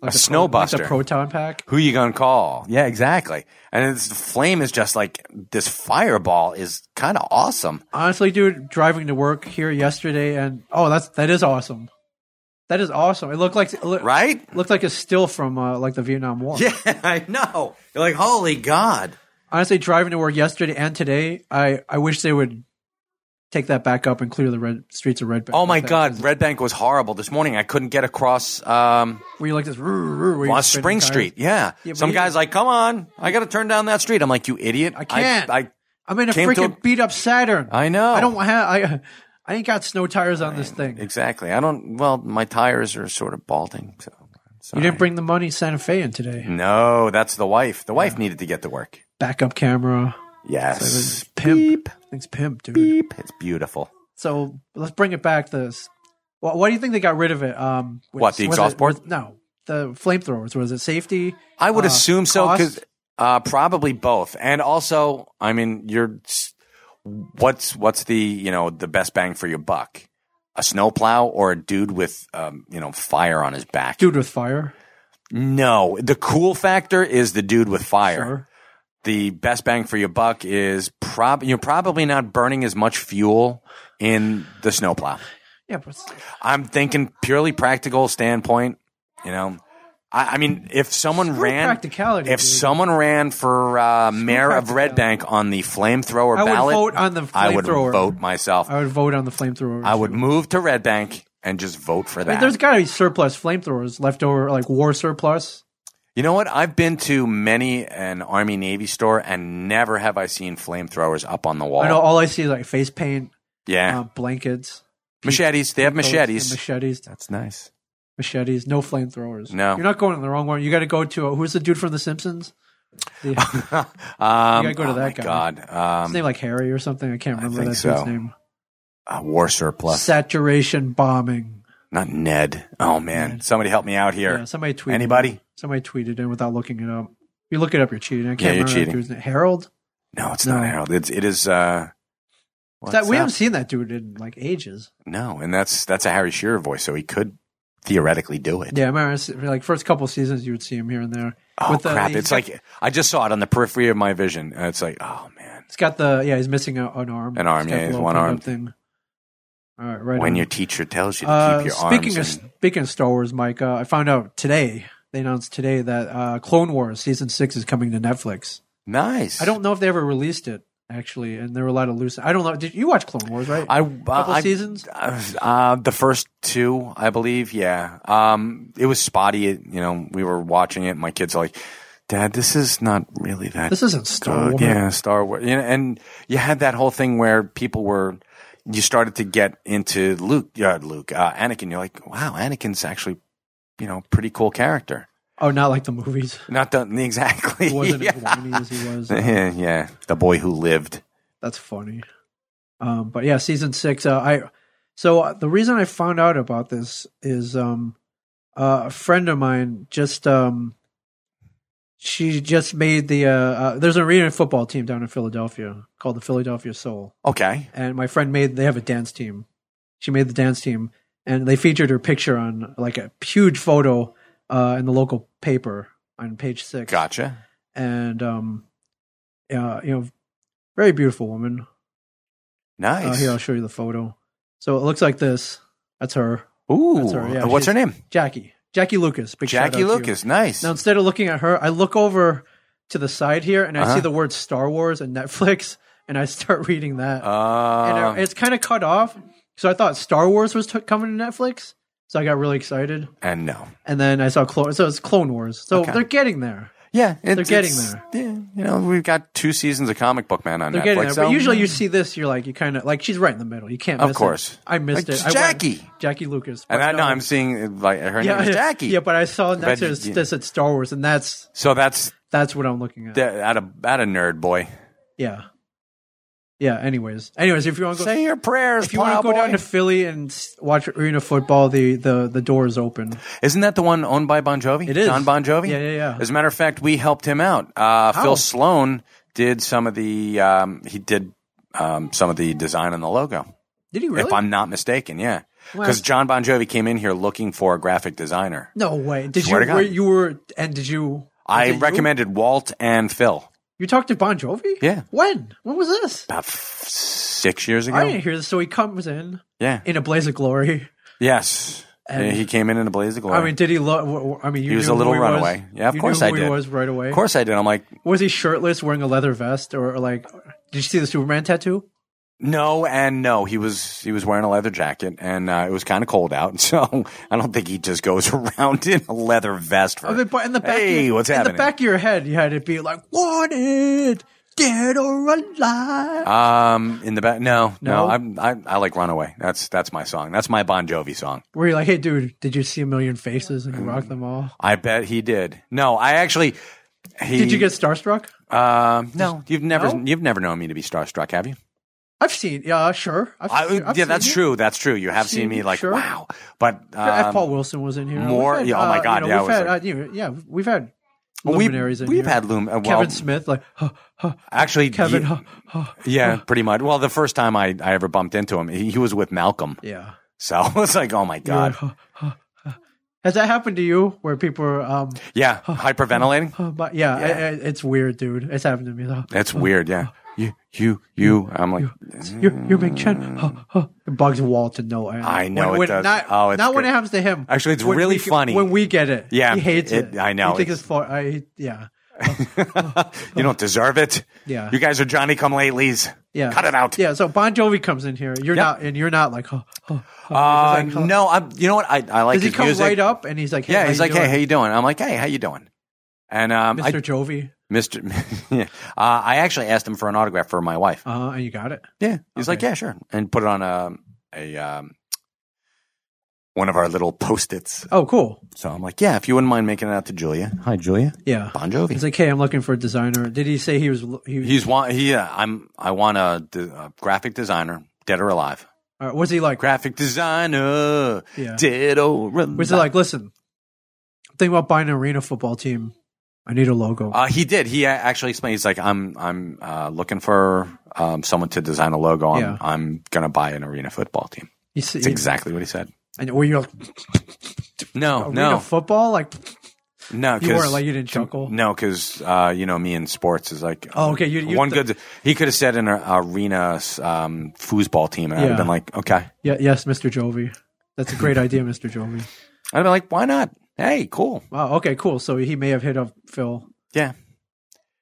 Speaker 1: like
Speaker 2: a
Speaker 1: pro- like
Speaker 2: snowbuster.
Speaker 1: the proton pack.
Speaker 2: Who you gonna call? Yeah, exactly. And it's, the flame is just like this fireball is kind of awesome.
Speaker 1: Honestly, dude, driving to work here yesterday, and oh, that's that is awesome. That is awesome. It looked like it look-
Speaker 2: Right?
Speaker 1: Looked like a still from uh, like the Vietnam War.
Speaker 2: Yeah, I know. You're like, holy God.
Speaker 1: Honestly, driving to work yesterday and today, I I wish they would take that back up and clear the red streets of Red Bank.
Speaker 2: Oh my
Speaker 1: That-
Speaker 2: God, Red Bank was horrible. This morning I couldn't get across um,
Speaker 1: Were you like this? "Roo, roo," where you
Speaker 2: uh,
Speaker 1: spin
Speaker 2: Spring
Speaker 1: tires?
Speaker 2: Street. Yeah.
Speaker 1: Yeah, but
Speaker 2: Some
Speaker 1: you-
Speaker 2: guy's like, come on, I got to turn down that street. I'm like, you idiot. I
Speaker 1: can't.
Speaker 2: I,
Speaker 1: I'm in a
Speaker 2: Came to
Speaker 1: freaking
Speaker 2: a-
Speaker 1: beat up Saturn.
Speaker 2: I know.
Speaker 1: I don't have I. I ain't got snow tires on this thing.
Speaker 2: Exactly. I don't, well, my tires are sort of balding. So.
Speaker 1: You didn't bring the money Santa Fe in today.
Speaker 2: No, that's the wife. The wife needed to get to work.
Speaker 1: Backup camera.
Speaker 2: Yes.
Speaker 1: Pimp.
Speaker 2: Beep,
Speaker 1: It's pimp, dude.
Speaker 2: beep. It's beautiful.
Speaker 1: So let's bring it back. This. Well, why do you think they got rid of it? Um, was-
Speaker 2: What, the
Speaker 1: was
Speaker 2: exhaust
Speaker 1: it-
Speaker 2: port?
Speaker 1: was- no, the flamethrowers. Was it safety?
Speaker 2: I would
Speaker 1: Uh,
Speaker 2: assume so
Speaker 1: cost?
Speaker 2: because uh, probably both, and also, I mean, you're s- what's what's the you know the best bang for your buck? A snowplow or a dude with um, you know fire on his back?
Speaker 1: Dude with fire.
Speaker 2: no. The cool factor is the dude with fire.
Speaker 1: Sure.
Speaker 2: The best bang for your buck is prob you're probably not burning as much fuel in the snowplow.
Speaker 1: Yeah, but it's-
Speaker 2: I'm thinking purely practical standpoint. You know, I, I mean, if someone
Speaker 1: Screw
Speaker 2: ran
Speaker 1: practicality,
Speaker 2: if
Speaker 1: dude.
Speaker 2: someone ran for uh, mayor of Red Bank on the flamethrower
Speaker 1: I would
Speaker 2: ballot,
Speaker 1: vote on the
Speaker 2: I would
Speaker 1: flamethrower. Oh,
Speaker 2: vote myself.
Speaker 1: I would vote on the flamethrower.
Speaker 2: I would move to Red Bank and just vote for
Speaker 1: Like,
Speaker 2: that.
Speaker 1: there's got to be surplus flamethrowers left over, like war surplus.
Speaker 2: you know what? I've been to many an Army Navy store and never have I seen flamethrowers up on the wall.
Speaker 1: I know all I see is like face paint,
Speaker 2: yeah.
Speaker 1: uh, blankets,
Speaker 2: machetes. Eh. They have
Speaker 1: pillows, and
Speaker 2: machetes.
Speaker 1: machetes,
Speaker 2: That's nice.
Speaker 1: machetes. No flamethrowers.
Speaker 2: No.
Speaker 1: you're not going in the wrong one. You got to go to uh, who's the dude from The Simpsons? The, his
Speaker 2: um,
Speaker 1: gotta go to
Speaker 2: oh
Speaker 1: that guy.
Speaker 2: my God. Um,
Speaker 1: name like Harry or something. I can't
Speaker 2: I
Speaker 1: remember
Speaker 2: think
Speaker 1: that
Speaker 2: so.
Speaker 1: dude's name.
Speaker 2: uh, war surplus.
Speaker 1: Saturation bombing.
Speaker 2: Not Ned. Oh, man. Somebody help me out here.
Speaker 1: Yeah, somebody tweeted.
Speaker 2: Anybody?
Speaker 1: Somebody tweeted it without looking it up. You look it up, you're cheating. I can't
Speaker 2: Yeah, you're
Speaker 1: remember that
Speaker 2: cheating.
Speaker 1: dude's name. Harold.
Speaker 2: No, it's
Speaker 1: No.
Speaker 2: not Harold. It's, it is. Uh, what's
Speaker 1: That, we
Speaker 2: that?
Speaker 1: haven't seen that dude in like ages.
Speaker 2: No, and that's that's a Harry Shearer voice, so he could theoretically do it.
Speaker 1: Yeah, I remember s- like first couple seasons you would see him here and there.
Speaker 2: Oh
Speaker 1: With the-
Speaker 2: crap!
Speaker 1: he's
Speaker 2: It's
Speaker 1: got-
Speaker 2: like I just saw it on the periphery of my vision, and it's like, oh man,
Speaker 1: He's got the yeah, he's missing a, an arm.
Speaker 2: An arm,
Speaker 1: got
Speaker 2: yeah,
Speaker 1: the
Speaker 2: he's
Speaker 1: little
Speaker 2: one
Speaker 1: pin-up
Speaker 2: arm.
Speaker 1: Thing. All right, right.
Speaker 2: when
Speaker 1: on.
Speaker 2: your teacher tells you to
Speaker 1: Uh,
Speaker 2: keep your
Speaker 1: speaking
Speaker 2: arms.
Speaker 1: of
Speaker 2: in-
Speaker 1: speaking of Star Wars, Mike, uh, I found out today they announced today that uh, Clone Wars season six is coming to Netflix.
Speaker 2: nice.
Speaker 1: I don't know if they ever released it actually, and there were a lot of loose. I don't know. Did you watch Clone Wars? Right,
Speaker 2: I
Speaker 1: couple
Speaker 2: I,
Speaker 1: seasons.
Speaker 2: Uh, the first two, I believe. Yeah. Um, it was spotty. It, you know, we were watching it. And my kids are like, "Dad, this is not really that
Speaker 1: This isn't Star
Speaker 2: good."
Speaker 1: Wars.
Speaker 2: Uh, Yeah, Star Wars. You know, and you had that whole thing where people were. You started to get into Luke, uh, Luke, uh, Anakin. You're like, wow, Anakin's actually, you know, pretty cool character.
Speaker 1: Oh, not like the movies.
Speaker 2: Not done exactly.
Speaker 1: He wasn't as
Speaker 2: yeah.
Speaker 1: whiny as he was.
Speaker 2: yeah, the boy who lived.
Speaker 1: That's funny. Um, but yeah, season six. Uh, I so uh, the reason I found out about this is um, uh, a friend of mine just um, she just made the uh, uh, there's an arena football team down in Philadelphia called the Philadelphia Soul,
Speaker 2: Okay.
Speaker 1: and my friend made they have a dance team. She made the dance team, and they featured her picture on like a huge photo uh, in the local paper on page six Oh,
Speaker 2: Gotcha.
Speaker 1: and um, uh, you know, very beautiful woman. Uh,
Speaker 2: Nice.
Speaker 1: here, I'll show you the photo. So it looks like this. That's her,
Speaker 2: Ooh. Uh,
Speaker 1: That's her, yeah,
Speaker 2: what's her
Speaker 1: she's-
Speaker 2: name?
Speaker 1: Jackie. Jackie Lucas. Big shout out
Speaker 2: Jackie
Speaker 1: to you.
Speaker 2: Lucas. Nice.
Speaker 1: Now instead of looking at her, I look over to the side here and I
Speaker 2: Uh-huh.
Speaker 1: see the word Star Wars and Netflix, and I start reading that. and
Speaker 2: Uh,
Speaker 1: I- it's kind of cut off. So I thought Star Wars was t- coming to Netflix. So I got really excited,
Speaker 2: and no.
Speaker 1: and then I saw Clone. So it's Clone Wars. So
Speaker 2: Okay.
Speaker 1: they're getting there.
Speaker 2: Yeah, it,
Speaker 1: They're getting
Speaker 2: it's-
Speaker 1: there.
Speaker 2: Yeah, you know, we've got two seasons of Comic Book Man on
Speaker 1: They're
Speaker 2: Netflix.
Speaker 1: getting there.
Speaker 2: so-
Speaker 1: But usually you see this, you're like, you kind of, like, she's right in the middle. You can't
Speaker 2: Of
Speaker 1: miss it.
Speaker 2: course.
Speaker 1: I missed
Speaker 2: Like,
Speaker 1: it. I went-
Speaker 2: Jackie.
Speaker 1: Jackie Lucas.
Speaker 2: and
Speaker 1: But
Speaker 2: I know I'm seeing like her
Speaker 1: yeah,
Speaker 2: name is Jackie.
Speaker 1: Yeah, but I saw next
Speaker 2: But
Speaker 1: to this
Speaker 2: you-
Speaker 1: this at Star Wars, and that's
Speaker 2: so that's
Speaker 1: that's what I'm looking at.
Speaker 2: that at a at a nerd boy.
Speaker 1: yeah. Yeah, anyways. Anyways, if you want to go.
Speaker 2: Say your prayers,
Speaker 1: If you want to go
Speaker 2: plowboy.
Speaker 1: down to Philly and s- watch arena football, the, the, the door is open.
Speaker 2: Isn't that the one owned by Bon Jovi?
Speaker 1: It is.
Speaker 2: John Bon Jovi.
Speaker 1: Yeah, yeah, yeah.
Speaker 2: As a matter of fact, we helped him out. Uh, Phil Sloan did some of the um, he did um, some of the design on the logo.
Speaker 1: Did he really?
Speaker 2: If I'm not mistaken, yeah.
Speaker 1: Wow.
Speaker 2: Because John Bon Jovi came in here looking for a graphic designer.
Speaker 1: no way. Did you
Speaker 2: Swear to God.
Speaker 1: were, you were and did you?
Speaker 2: I
Speaker 1: was it you?
Speaker 2: recommended Walt and Phil
Speaker 1: You talked to Bon Jovi.
Speaker 2: Yeah.
Speaker 1: When? When was this?
Speaker 2: about f- six years ago.
Speaker 1: I didn't hear this. So he comes in
Speaker 2: yeah.
Speaker 1: in a blaze of glory.
Speaker 2: yes.
Speaker 1: And-
Speaker 2: Yeah, he came in in a blaze of glory.
Speaker 1: I mean, did he look? I mean, you
Speaker 2: He was
Speaker 1: knew
Speaker 2: a little
Speaker 1: who he
Speaker 2: runaway.
Speaker 1: Was.
Speaker 2: Yeah, of
Speaker 1: You
Speaker 2: course
Speaker 1: knew
Speaker 2: I
Speaker 1: who He
Speaker 2: did.
Speaker 1: was right away.
Speaker 2: of course I did. I'm like,
Speaker 1: Was he shirtless, wearing a leather vest, or like? Did you see the Superman tattoo?
Speaker 2: no and no. He was he was wearing a leather jacket, and uh, it was kind of cold out, so I don't think he just goes around in a leather vest for.
Speaker 1: I mean, but in the back, of
Speaker 2: hey,
Speaker 1: your,
Speaker 2: what's
Speaker 1: in
Speaker 2: happening?
Speaker 1: the back of your head, you had it be like wanted, dead or alive.
Speaker 2: um, in the back. No, no.
Speaker 1: No?
Speaker 2: I'm, I I like Runaway. That's that's my song. That's my Bon Jovi song.
Speaker 1: Where you're like, hey, dude, did you see a million faces and you rock them all?
Speaker 2: I bet he did. No, I actually. He,
Speaker 1: Did you get starstruck?
Speaker 2: Um, no, you've never
Speaker 1: No?
Speaker 2: you've never known me to be starstruck, have you?
Speaker 1: I've seen, yeah, sure. I've
Speaker 2: I,
Speaker 1: seen-
Speaker 2: yeah,
Speaker 1: I've seen
Speaker 2: that's
Speaker 1: you.
Speaker 2: true. That's true. You have seen
Speaker 1: Seen-
Speaker 2: me like
Speaker 1: sure.
Speaker 2: wow, but
Speaker 1: F.
Speaker 2: um,
Speaker 1: Paul Wilson was in here. We've
Speaker 2: more-
Speaker 1: had,
Speaker 2: yeah, oh my
Speaker 1: uh, you
Speaker 2: God,
Speaker 1: know,
Speaker 2: yeah, I
Speaker 1: we've
Speaker 2: was
Speaker 1: had,
Speaker 2: like-
Speaker 1: uh, you know, yeah, we've had
Speaker 2: we've,
Speaker 1: luminaries in
Speaker 2: we've
Speaker 1: here.
Speaker 2: had Loom. uh, well,
Speaker 1: Kevin Smith, like, oh, huh, huh,
Speaker 2: Actually,
Speaker 1: Kevin,
Speaker 2: ye-
Speaker 1: huh, huh.
Speaker 2: yeah, pretty much. Well, the first time I, I ever bumped into him, he, he was with Malcolm.
Speaker 1: yeah.
Speaker 2: So it's like, oh my
Speaker 1: You're
Speaker 2: god,
Speaker 1: like, huh, huh, huh. Has that happened to you where people are, um,
Speaker 2: yeah, hyperventilating.
Speaker 1: huh, but yeah,
Speaker 2: Yeah.
Speaker 1: I, I, it's weird, dude. It's happened to me. Huh.
Speaker 2: That's weird. Yeah, you, you, you. I'm like, Mm.
Speaker 1: You're, you're Big Chen. Huh, huh. It bugs Walt to no end.
Speaker 2: I know
Speaker 1: when,
Speaker 2: it
Speaker 1: when-
Speaker 2: does.
Speaker 1: Not,
Speaker 2: Oh, it's
Speaker 1: not when
Speaker 2: good.
Speaker 1: it happens to him.
Speaker 2: Actually, it's
Speaker 1: When
Speaker 2: really
Speaker 1: we get-
Speaker 2: funny.
Speaker 1: when we get it.
Speaker 2: Yeah,
Speaker 1: he hates it.
Speaker 2: it- I know.
Speaker 1: He thinks
Speaker 2: It's-
Speaker 1: it's, for. I, yeah,
Speaker 2: you don't deserve it.
Speaker 1: Yeah.
Speaker 2: You guys are Johnny come latelys.
Speaker 1: Yeah.
Speaker 2: Cut it out.
Speaker 1: Yeah, so Bon Jovi comes in here. You're
Speaker 2: Yeah.
Speaker 1: not, and you're not like, oh, oh, oh.
Speaker 2: Uh,
Speaker 1: He's like, huh.
Speaker 2: no, I'm, you know what? I, I like
Speaker 1: Does he
Speaker 2: his
Speaker 1: come
Speaker 2: music.
Speaker 1: right up and he's like, hey,
Speaker 2: yeah,
Speaker 1: how
Speaker 2: he's
Speaker 1: you
Speaker 2: like, hey,
Speaker 1: doing?
Speaker 2: how you doing? I'm like, hey, how you doing? And um,
Speaker 1: Mr.
Speaker 2: I,
Speaker 1: Jovi,
Speaker 2: Mr. yeah. uh, I actually asked him for an autograph for my wife.
Speaker 1: uh, and you got it.
Speaker 2: Yeah, he's like,
Speaker 1: Okay.
Speaker 2: yeah, sure, and put it on a a um, one of our little post its.
Speaker 1: Oh, cool.
Speaker 2: So I'm like, yeah, if you wouldn't mind making it out to Julia. Hi, Julia.
Speaker 1: Yeah,
Speaker 2: Bon Jovi.
Speaker 1: he's like, hey, I'm looking for a designer. Did he say he was? He,
Speaker 2: He's want he. Uh, I'm. I want a, de- a graphic designer, dead or alive.
Speaker 1: uh, was he like?
Speaker 2: Graphic designer,
Speaker 1: Yeah.
Speaker 2: dead or alive.
Speaker 1: Was he like, listen, I'm thinking about buying an arena football team. I need a logo.
Speaker 2: Uh, he did. He a- actually explained. He's like, I'm. I'm uh, looking for um, someone to design a logo. I'm.
Speaker 1: Yeah.
Speaker 2: I'm gonna buy an arena football team.
Speaker 1: you see,
Speaker 2: That's exactly what he said.
Speaker 1: and were you like,
Speaker 2: No,
Speaker 1: arena
Speaker 2: no,
Speaker 1: football? Like,
Speaker 2: no.
Speaker 1: you weren't
Speaker 2: 'cause-
Speaker 1: like you didn't chuckle.
Speaker 2: No, because uh, you know me in sports is like
Speaker 1: Oh, okay, you- you-
Speaker 2: one good. He could have said an arena um, foosball team, and I'd
Speaker 1: Yeah.
Speaker 2: have been like, okay, I'd
Speaker 1: Yeah, yes, Mr. Jovi. That's a great idea, Mr. Jovi.
Speaker 2: have been like, why not? Hey, cool,
Speaker 1: Wow. Okay. Cool. So he may have hit up Phil.
Speaker 2: yeah.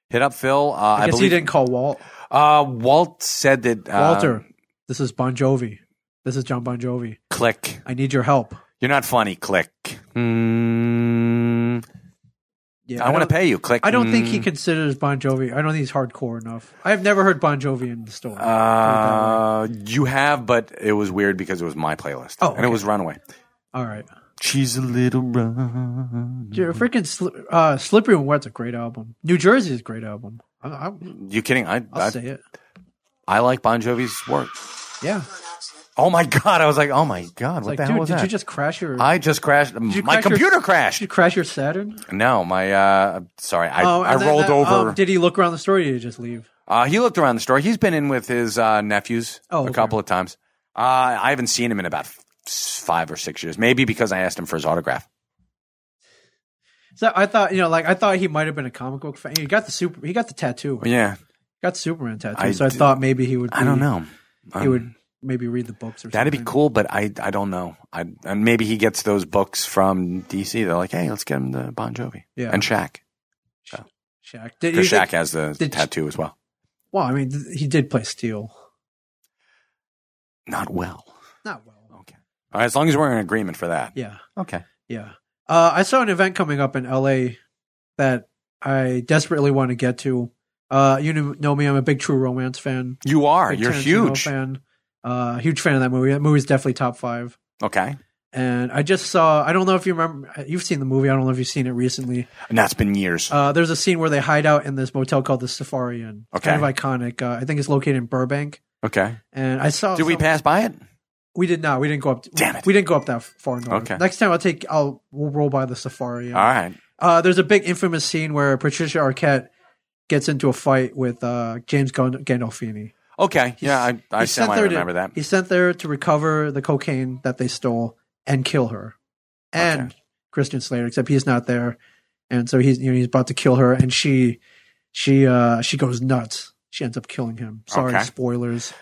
Speaker 2: Hit up Phil. Uh, I,
Speaker 1: I guess
Speaker 2: believe
Speaker 1: he didn't call Walt.
Speaker 2: Uh, Walt said that uh,
Speaker 1: Walter, this is Bon Jovi. This is John Bon Jovi.
Speaker 2: click.
Speaker 1: I need your help.
Speaker 2: You're not funny, click. Mm,
Speaker 1: Yeah,
Speaker 2: I, want
Speaker 1: don't-
Speaker 2: to pay you, click.
Speaker 1: Hmm. I don't think he
Speaker 2: Mm.
Speaker 1: considers Bon Jovi. I don't think he's hardcore enough. I've never heard Bon Jovi in the store.
Speaker 2: Uh, you have, but it was weird because it was my playlist.
Speaker 1: Oh,
Speaker 2: and it
Speaker 1: okay.
Speaker 2: was Runaway.
Speaker 1: All right,
Speaker 2: She's a little run.
Speaker 1: Dude, freaking sli- uh, "Slippery When Wet's" a great album. New Jersey is a great album. I, I, I'll
Speaker 2: You kidding? I I,
Speaker 1: say it.
Speaker 2: I like Bon Jovi's work.
Speaker 1: Yeah,
Speaker 2: Oh my god! I was like, oh my god, what
Speaker 1: like,
Speaker 2: the hell
Speaker 1: dude,
Speaker 2: was
Speaker 1: did
Speaker 2: that?
Speaker 1: you just crash your?
Speaker 2: I just crashed.
Speaker 1: you
Speaker 2: my
Speaker 1: crash your-
Speaker 2: computer
Speaker 1: did
Speaker 2: crashed.
Speaker 1: you crash your Saturn?
Speaker 2: No, my uh, sorry, I, I
Speaker 1: and then
Speaker 2: rolled
Speaker 1: that-
Speaker 2: over.
Speaker 1: oh, did he look around the store? or Did he just leave?
Speaker 2: uh, he looked around the store. He's been in with his uh, nephews
Speaker 1: Oh,
Speaker 2: a
Speaker 1: okay.
Speaker 2: couple of times. Uh, I haven't seen him in about f- five or six years, maybe because I asked him for his autograph.
Speaker 1: So I thought, you know, like I thought he might have been a comic book fan. He got the super. He got the tattoo.
Speaker 2: But yeah,
Speaker 1: got Superman tattoo.
Speaker 2: I
Speaker 1: so I
Speaker 2: d-
Speaker 1: thought maybe he would.
Speaker 2: I
Speaker 1: be-
Speaker 2: don't know.
Speaker 1: He
Speaker 2: Um,
Speaker 1: would maybe read the books or
Speaker 2: That'd
Speaker 1: something.
Speaker 2: be cool, but I I don't know. I and maybe he gets those books from DC. They're like, hey, let's get him the Bon Jovi
Speaker 1: Yeah.
Speaker 2: and Shaq.
Speaker 1: Shaq. Did you
Speaker 2: Because Shaq
Speaker 1: think,
Speaker 2: has the
Speaker 1: did-
Speaker 2: tattoo as well.
Speaker 1: well, I mean, th- he did play Steel.
Speaker 2: Not well.
Speaker 1: Not well.
Speaker 2: Okay. All right, as long as we're in agreement for that.
Speaker 1: Yeah,
Speaker 2: Okay.
Speaker 1: yeah. Uh, I saw an event coming up in LA that I desperately want to get to. Uh, you kn- know me; I'm a big True Romance fan.
Speaker 2: You are.
Speaker 1: Big
Speaker 2: You're
Speaker 1: Tarantino
Speaker 2: huge.
Speaker 1: fan. Uh, huge fan of that movie. That movie's definitely top five.
Speaker 2: Okay.
Speaker 1: And I just saw. I don't know if you remember. uh, You've seen the movie. I don't know if you've seen it recently.
Speaker 2: And that's been years.
Speaker 1: Uh, there's a scene where they hide out in this motel called the Safari Inn. It's
Speaker 2: Okay.
Speaker 1: kind of iconic. Uh, I think it's located in Burbank.
Speaker 2: okay.
Speaker 1: And I saw.
Speaker 2: Did we
Speaker 1: some-
Speaker 2: pass by it?
Speaker 1: We did not. We didn't go up.
Speaker 2: Damn it.
Speaker 1: We didn't go up that far north.
Speaker 2: Okay.
Speaker 1: Next time I'll take. I'll we'll roll by the Safari Inn.
Speaker 2: All right.
Speaker 1: Uh, there's a big infamous scene where Patricia Arquette gets into a fight with uh, James Gand- Gandolfini.
Speaker 2: Okay. Yeah, I, I
Speaker 1: He's sent
Speaker 2: semi
Speaker 1: there to-
Speaker 2: remember that.
Speaker 1: He's sent there to recover the cocaine that they stole and kill her, and Christian Slater. Except he's not there, and so he's you know he's about to kill her, and she she uh she goes nuts. She ends up killing him. Sorry,
Speaker 2: Okay.
Speaker 1: spoilers.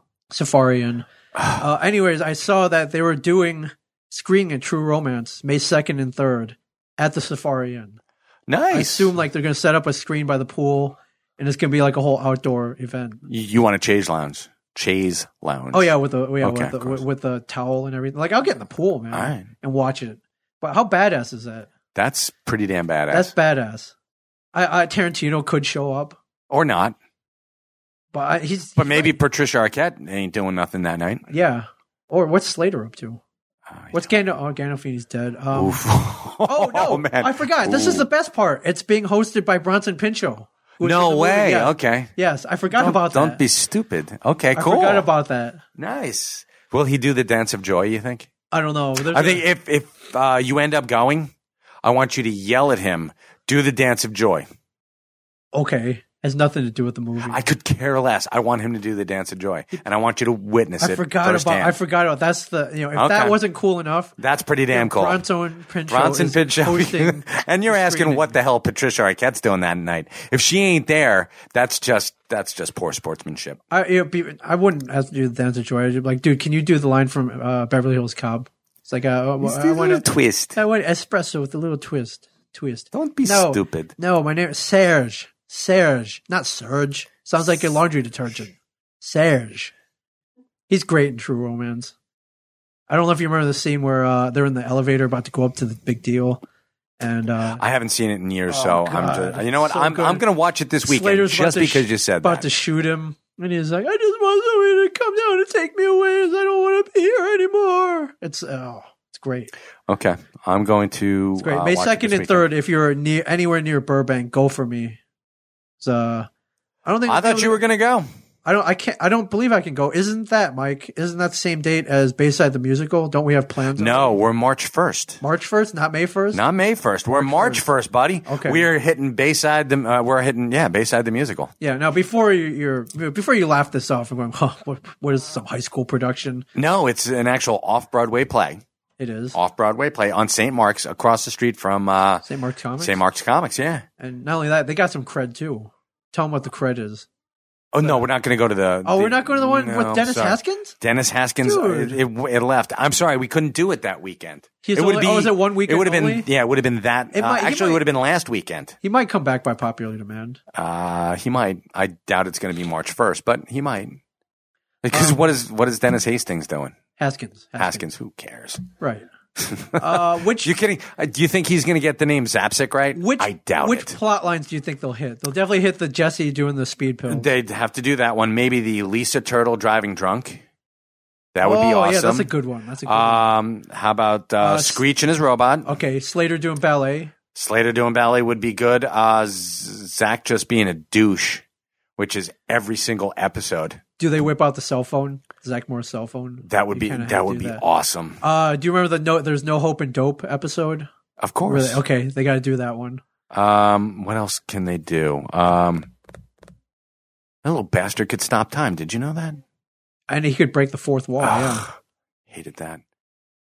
Speaker 1: Safarian. uh, anyways, I saw that they were doing screening at True Romance May second and third at the Safarian.
Speaker 2: nice.
Speaker 1: I assume like they're gonna set up a screen by the pool, and it's gonna be like a whole outdoor event.
Speaker 2: you, you want a Chase Lounge. Chase Lounge.
Speaker 1: Oh yeah, with the yeah,
Speaker 2: Okay,
Speaker 1: with, the,
Speaker 2: of course.
Speaker 1: with, with the towel and everything. Like I'll get in the pool, man,
Speaker 2: All right.
Speaker 1: and watch it. But how badass is that?
Speaker 2: That's pretty damn
Speaker 1: That's
Speaker 2: badass.
Speaker 1: badass. I, I Tarantino could show up,
Speaker 2: or not.
Speaker 1: but I, he's
Speaker 2: But maybe Patricia Arquette ain't doing nothing that night.
Speaker 1: yeah. Or what's Slater up to?
Speaker 2: Uh,
Speaker 1: What's Gandol? Oh, Gandolfini's dead. Um,
Speaker 2: Oof. oh,
Speaker 1: Oh no, I forgot. This is
Speaker 2: Ooh.
Speaker 1: the best part. It's being hosted by Bronson Pinchot. who's in the
Speaker 2: No
Speaker 1: movie.
Speaker 2: way.
Speaker 1: Yeah.
Speaker 2: Okay.
Speaker 1: Yes, I forgot
Speaker 2: Don't-
Speaker 1: about
Speaker 2: Don't
Speaker 1: that.
Speaker 2: be stupid. Okay, cool.
Speaker 1: I forgot about that.
Speaker 2: Nice. Will he do the dance of joy? You think?
Speaker 1: I don't know. There's
Speaker 2: I
Speaker 1: a-
Speaker 2: think if if uh, you end up going, I want you to yell at him. Do the dance of joy.
Speaker 1: okay has nothing to do with the movie.
Speaker 2: I could care less. I want him to do the dance of joy, and I want you to witness
Speaker 1: I
Speaker 2: it.
Speaker 1: forgot
Speaker 2: firsthand.
Speaker 1: about. I forgot about. That's the you know. If
Speaker 2: Okay.
Speaker 1: that wasn't cool enough,
Speaker 2: That's pretty damn cool.
Speaker 1: Bronson Pinchot.
Speaker 2: Bronson
Speaker 1: is
Speaker 2: Pinchot.
Speaker 1: hosting-
Speaker 2: and you're
Speaker 1: the
Speaker 2: asking
Speaker 1: screening.
Speaker 2: what the hell Patricia Arquette's doing that night. If she ain't there, that's just that's just poor sportsmanship.
Speaker 1: I, it'd be, I wouldn't ask you to dance a joy. I'd be like, dude, can you do the line from uh, Beverly Hills Cop? It's like, uh, I, want
Speaker 2: It's a
Speaker 1: a,
Speaker 2: twist.
Speaker 1: I want espresso with a little twist.
Speaker 3: twist.
Speaker 2: Don't be
Speaker 3: no,
Speaker 2: stupid.
Speaker 3: No, my name is Serge. Serge, not Serge. Sounds like your laundry detergent. Serge. He's great in True Romance. I don't know if you remember the scene where uh, they're in the elevator about to go up to the big deal, and uh,
Speaker 2: I haven't seen it in years,
Speaker 3: Oh,
Speaker 2: so I'm
Speaker 3: God.
Speaker 2: just, you know what?
Speaker 3: So
Speaker 2: I'm
Speaker 3: good.
Speaker 2: I'm gonna watch it this weekend
Speaker 3: Slater's about
Speaker 2: just
Speaker 3: to
Speaker 2: because
Speaker 3: sh-
Speaker 2: you said
Speaker 3: about
Speaker 2: that.
Speaker 3: to shoot him, and he's like, "I just want somebody to come down and take me away, 'cause I don't want to be here anymore." It's oh, it's great.
Speaker 2: okay, I'm going to.
Speaker 3: It's great.
Speaker 2: uh,
Speaker 3: May
Speaker 2: watch it
Speaker 3: second
Speaker 2: this
Speaker 3: and
Speaker 2: weekend.
Speaker 3: third. If you're near anywhere near Burbank, go for me. uh, So I don't think
Speaker 2: I thought you were gonna go.
Speaker 3: I don't. I can't. I don't believe I can go. Isn't that Mike? Isn't that the same date as Bayside the musical? Don't we have plans? on
Speaker 2: No, we're March first.
Speaker 3: March first, not May first.
Speaker 2: Not May first. We're March first, buddy.
Speaker 3: Okay.
Speaker 2: We are hitting Bayside. The uh, we're hitting yeah Bayside the musical.
Speaker 3: Yeah. Now before you, you're before you laugh this off and going, huh, what, what is some high school production?
Speaker 2: No, it's an actual off Broadway play.
Speaker 3: It is
Speaker 2: Off Broadway play on St. Mark's, across the street from uh,
Speaker 3: St. Mark's Comics.
Speaker 2: St. Mark's Comics. Yeah.
Speaker 3: And not only that, they got some cred too. Tell them what the cred is.
Speaker 2: Oh no, we're not going to go to the.
Speaker 3: Oh, we're not going to the one
Speaker 2: No,
Speaker 3: with Dennis
Speaker 2: sorry.
Speaker 3: Haskins.
Speaker 2: Dennis Haskins, uh,
Speaker 3: Dude.
Speaker 2: it, it, it left. I'm sorry, we couldn't do it that weekend.
Speaker 3: He's
Speaker 2: it would
Speaker 3: only- oh, is it one
Speaker 2: It
Speaker 3: weekend
Speaker 2: would have been
Speaker 3: only?
Speaker 2: yeah, it would have been that.
Speaker 3: It
Speaker 2: uh,
Speaker 3: might- he
Speaker 2: actually, it
Speaker 3: might-
Speaker 2: would have been last weekend.
Speaker 3: He might come back by popular demand.
Speaker 2: Uh, he might. I doubt it's going to be March 1st, but he might.
Speaker 3: Oh.
Speaker 2: Because what is what is Dennis Hastings doing?
Speaker 3: Haskins.
Speaker 2: Haskins, who cares?
Speaker 3: Right. uh, which
Speaker 2: You kidding? Uh, do you think he's going to get the name Zapsik right?
Speaker 3: which
Speaker 2: I doubt
Speaker 3: which
Speaker 2: it.
Speaker 3: plot lines do you think they'll hit? They'll definitely hit the Jesse doing the speed pill.
Speaker 2: They'd have to do that one. Maybe the Lisa Turtle driving drunk. That would
Speaker 3: oh,
Speaker 2: be awesome.
Speaker 3: yeah, that's a good one. That's a good
Speaker 2: Um, how about uh,
Speaker 3: Uh,
Speaker 2: Screech and his robot?
Speaker 3: one. Okay, Slater doing ballet.
Speaker 2: Slater doing ballet would be good. Uh, Z- Zach just being a douche, which is every single episode.
Speaker 3: Do they whip out the cell phone? Zach Moore's cell phone.
Speaker 2: That would
Speaker 3: You
Speaker 2: be
Speaker 3: kinda have
Speaker 2: that
Speaker 3: to
Speaker 2: would
Speaker 3: do
Speaker 2: be
Speaker 3: that.
Speaker 2: awesome.
Speaker 3: Uh, do you remember the no? There's no hope and dope episode.
Speaker 2: Of
Speaker 3: Where
Speaker 2: course.
Speaker 3: they- okay, they got to do that one.
Speaker 2: Um, what else can they do? Um, that little bastard could stop time. Did you know that?
Speaker 3: And he could break the fourth wall. Oh,
Speaker 2: Ah,
Speaker 3: yeah,
Speaker 2: Ugh, hated that.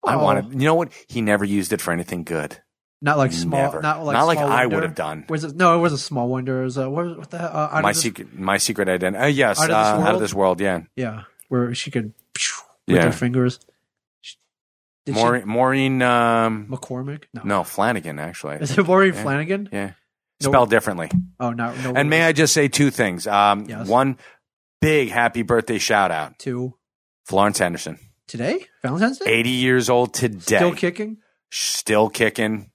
Speaker 2: I
Speaker 3: Oh.
Speaker 2: wanted. You know what? He never used it for anything good.
Speaker 3: not like small.
Speaker 2: Never.
Speaker 3: Not like
Speaker 2: Not like
Speaker 3: Small
Speaker 2: I
Speaker 3: Wonder.
Speaker 2: would have done.
Speaker 3: Was it? No, it wasn't small wonder. It was uh, what, what the hell? Uh, Out of
Speaker 2: my
Speaker 3: This-
Speaker 2: secret, my secret identity. Uh, yes,
Speaker 3: Out of
Speaker 2: uh,
Speaker 3: This
Speaker 2: out of
Speaker 3: World?
Speaker 2: this world. Yeah,
Speaker 3: Yeah, where she could with
Speaker 2: Yeah.
Speaker 3: her fingers. Did she-
Speaker 2: Maureen. Maureen um,
Speaker 3: McCormick? No.
Speaker 2: no, Flanagan actually.
Speaker 3: Is it Maureen
Speaker 2: Yeah.
Speaker 3: Flanagan?
Speaker 2: Yeah.
Speaker 3: No-
Speaker 2: Spelled differently.
Speaker 3: Oh, no. no
Speaker 2: And may I just say two things? Um,
Speaker 3: Yes.
Speaker 2: One big happy birthday shout out.
Speaker 3: Two.
Speaker 2: Florence Henderson,
Speaker 3: Today? Valentine's Day?
Speaker 2: 80 years old today.
Speaker 3: Still kicking?
Speaker 2: Still kicking.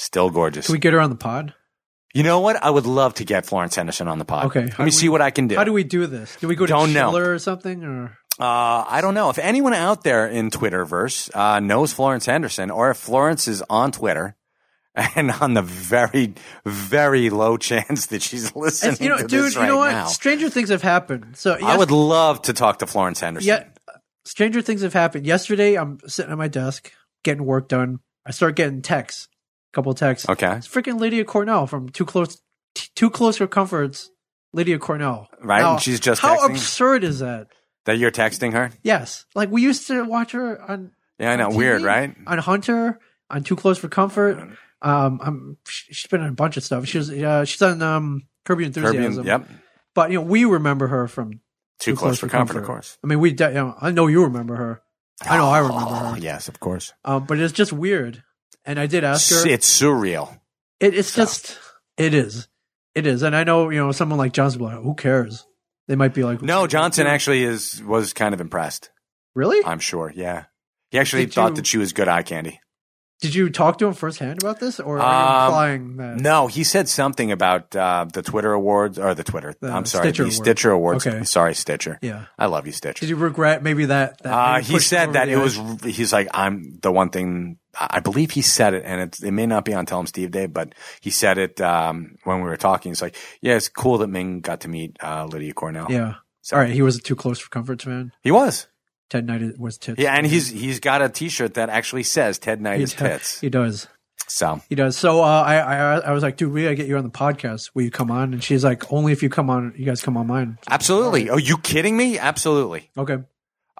Speaker 2: Still gorgeous.
Speaker 3: Can we get her on the pod?
Speaker 2: you know what? I would love to get Florence Henderson on the pod.
Speaker 3: Okay,
Speaker 2: Let
Speaker 3: how
Speaker 2: me
Speaker 3: do we-
Speaker 2: see what I can do.
Speaker 3: How do we do this? Do we go to
Speaker 2: Don't know.
Speaker 3: Schiller or something? Or
Speaker 2: uh, I don't know. If anyone out there in Twitterverse uh, knows Florence Henderson or if Florence is on Twitter, and on the very, very low chance that she's listening
Speaker 3: you know,
Speaker 2: to
Speaker 3: dude,
Speaker 2: this
Speaker 3: you
Speaker 2: right
Speaker 3: know what?
Speaker 2: now,
Speaker 3: Stranger things have happened. So yes,
Speaker 2: I would love to talk to Florence Henderson.
Speaker 3: yeah, stranger things have happened. Yesterday, I'm sitting at my desk getting work done. I start getting texts, a couple of texts.
Speaker 2: Okay.
Speaker 3: It's freaking Lydia Cornell from Too Close, T- Too Close for Comforts. Lydia Cornell,
Speaker 2: Right?
Speaker 3: Now,
Speaker 2: and she's just
Speaker 3: Oh, how
Speaker 2: texting
Speaker 3: absurd is that?
Speaker 2: that you're texting her.
Speaker 3: Yes, like we used to watch her on
Speaker 2: Yeah, I know.
Speaker 3: on
Speaker 2: Weird,
Speaker 3: TV,
Speaker 2: right?
Speaker 3: On Hunter, on Too Close for Comfort. Um, I'm, sh- she's been on a bunch of stuff. She was, uh, she's on um, Kirby
Speaker 2: Kirby
Speaker 3: Enthusiasm.
Speaker 2: and, yep.
Speaker 3: But you know, we remember her from.
Speaker 2: Too, close, for comfort, of course.
Speaker 3: I mean, we. De- you know, I know you remember her. I know I remember
Speaker 2: Oh,
Speaker 3: her.
Speaker 2: yes, of course.
Speaker 3: Um, but it's just weird. And I did ask her. It,
Speaker 2: It's surreal.
Speaker 3: it's just. It is. It is. And I know you know someone like Johnson. will be Like, Who cares? They might be like,
Speaker 2: No, Johnson actually is was kind of impressed.
Speaker 3: Really?
Speaker 2: I'm sure. Yeah, he actually
Speaker 3: Did
Speaker 2: thought
Speaker 3: you-
Speaker 2: that she was good eye candy.
Speaker 3: Did you talk to him firsthand about this, or
Speaker 2: Um,
Speaker 3: are you implying that?
Speaker 2: No, he said something about uh, the Twitter awards or the Twitter.
Speaker 3: The
Speaker 2: I'm sorry,
Speaker 3: Stitcher
Speaker 2: the
Speaker 3: Award.
Speaker 2: Stitcher awards.
Speaker 3: Okay.
Speaker 2: Sorry, Stitcher.
Speaker 3: Yeah.
Speaker 2: I love you, Stitcher.
Speaker 3: Did you regret maybe that? that
Speaker 2: Uh,
Speaker 3: maybe
Speaker 2: he
Speaker 3: pushed him
Speaker 2: said
Speaker 3: over
Speaker 2: that
Speaker 3: the
Speaker 2: it was.
Speaker 3: edge?
Speaker 2: He's like, I'm the one thing. I I believe he said it, and it, it may not be on Tell Him Steve Day, but he said it um, when we were talking. It's like, yeah, it's cool that Ming got to meet uh, Lydia Cornell.
Speaker 3: Yeah. All right. He was too close for comfort, man.
Speaker 2: he was.
Speaker 3: Ted Knight was tits.
Speaker 2: Yeah, and he's he's got a T-shirt that actually says Ted Knight
Speaker 3: he,
Speaker 2: is tits.
Speaker 3: he does.
Speaker 2: So
Speaker 3: He does. So uh, I, I, I was like, dude, we gotta get you on the podcast. Will you come on? And she's like, only if you come on, you guys come on mine.
Speaker 2: absolutely. Are you kidding me? Absolutely.
Speaker 3: Okay,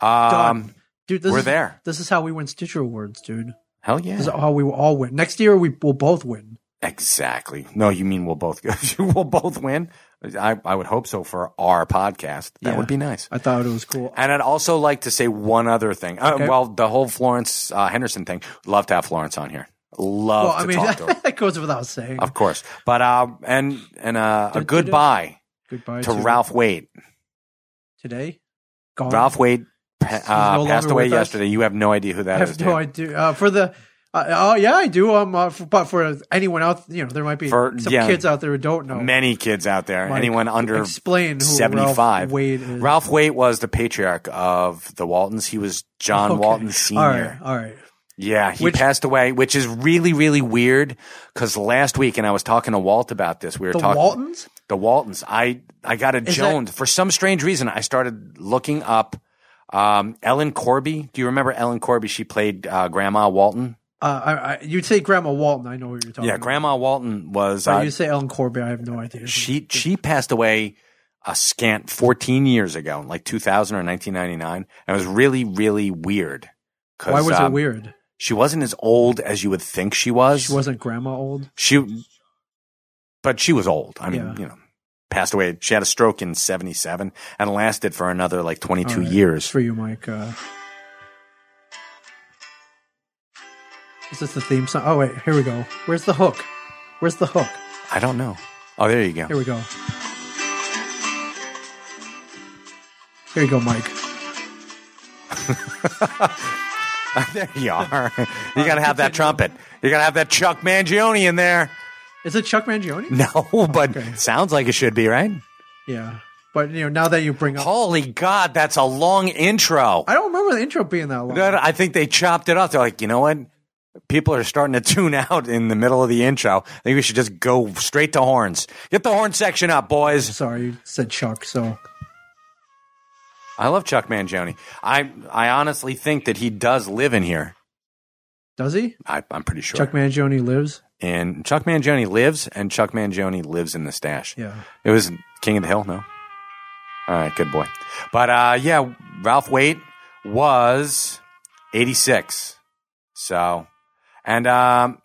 Speaker 2: Um,
Speaker 3: dude, this
Speaker 2: we're
Speaker 3: is,
Speaker 2: there.
Speaker 3: This is how we win Stitcher awards, dude.
Speaker 2: Hell
Speaker 3: This
Speaker 2: yeah.
Speaker 3: is how we will all win. Next year, we will both win.
Speaker 2: Exactly. No, you mean we'll both go? we'll both win. I I would hope so for our podcast. That
Speaker 3: Yeah.
Speaker 2: would be nice.
Speaker 3: I thought it was cool.
Speaker 2: And I'd also like to say one other thing. Uh,
Speaker 3: Okay.
Speaker 2: Well, the whole Florence uh, Henderson thing. Love to have Florence on here. Love
Speaker 1: well,
Speaker 2: to
Speaker 1: I mean,
Speaker 2: talk to him.
Speaker 1: that goes without saying.
Speaker 2: Of course. But uh, and and uh, a
Speaker 1: Did-
Speaker 2: goodbye
Speaker 1: Goodbye
Speaker 2: to Ralph Wade.
Speaker 1: today. Gone.
Speaker 2: Ralph Wade pa- uh,
Speaker 1: Oh. no
Speaker 2: passed
Speaker 1: longer
Speaker 2: away
Speaker 1: with us.
Speaker 2: yesterday. You have no idea who
Speaker 1: I
Speaker 2: that is.
Speaker 1: have no
Speaker 2: Dan.
Speaker 1: idea. Uh, for the. Uh, oh yeah, I do. Um, uh, f but for anyone out, you know, there might be
Speaker 2: For-
Speaker 1: some
Speaker 2: yeah.
Speaker 1: kids out there who don't know.
Speaker 2: Many kids out there.
Speaker 1: Mike,
Speaker 2: Anyone under
Speaker 1: explain who
Speaker 2: 75.
Speaker 1: Ralph Wade is.
Speaker 2: Ralph Waite was the patriarch of the Waltons. He was John
Speaker 1: Okay.
Speaker 2: Walton Sr.
Speaker 1: All right, all right.
Speaker 2: Yeah, he
Speaker 1: Which-
Speaker 2: passed away, which is really, really weird. Because last week, and I was talking to Walt about this. We were
Speaker 1: The
Speaker 2: talking
Speaker 1: Waltons.
Speaker 2: the Waltons. I I got a
Speaker 1: Is that-
Speaker 2: Jones for some strange reason. I started looking up um, Ellen Corby. Do you remember Ellen Corby? She played uh, Grandma Walton.
Speaker 1: Uh, I, I, you'd say Grandma Walton. I know who you're talking.
Speaker 2: Yeah,
Speaker 1: about.
Speaker 2: Grandma Walton was.
Speaker 1: But
Speaker 2: Uh,
Speaker 1: Oh, you say Ellen Corbett. I have no idea.
Speaker 2: she she passed away a scant 14 years ago, like 2000 or 1999. And it was really, really weird. 'Cause,
Speaker 1: Why was
Speaker 2: um,
Speaker 1: it weird?
Speaker 2: She wasn't as old as you would think she was.
Speaker 1: She wasn't Grandma old.
Speaker 2: She, but she was old. I mean,
Speaker 1: Yeah.
Speaker 2: you know, passed away. She had a stroke in 77 and lasted for another like 22
Speaker 1: All right. It's
Speaker 2: years.
Speaker 1: for you, Mike. Uh, is this the theme song? Oh wait, here we go. Where's the hook? Where's the hook?
Speaker 2: I don't know. Oh, there you go.
Speaker 1: Here we go. Here you go, Mike.
Speaker 2: there you are. you got to have that trumpet. You got to have that Chuck Mangione in there.
Speaker 1: Is it Chuck Mangione?
Speaker 2: No, but
Speaker 1: Okay.
Speaker 2: sounds like it should be, right?
Speaker 1: Yeah, but you know, now that you bring up,
Speaker 2: Holy God, that's a long intro.
Speaker 1: I don't remember the intro being that long.
Speaker 2: No, no, I think they chopped it up. They're like, you know what? People are starting to tune out in the middle of the intro. I think we should just go straight to horns. Get the horn section up, boys.
Speaker 1: Sorry, you said Chuck. So
Speaker 2: I love Chuck Mangione. I I honestly think that he does live in here.
Speaker 1: does he?
Speaker 2: I, I'm pretty sure.
Speaker 1: Chuck Mangione lives.
Speaker 2: and Chuck Mangione lives, and Chuck Mangione lives in the stash.
Speaker 1: Yeah.
Speaker 2: It was King of the Hill, no? All right, good boy. But uh, yeah, Ralph Waite was 86. So, and um,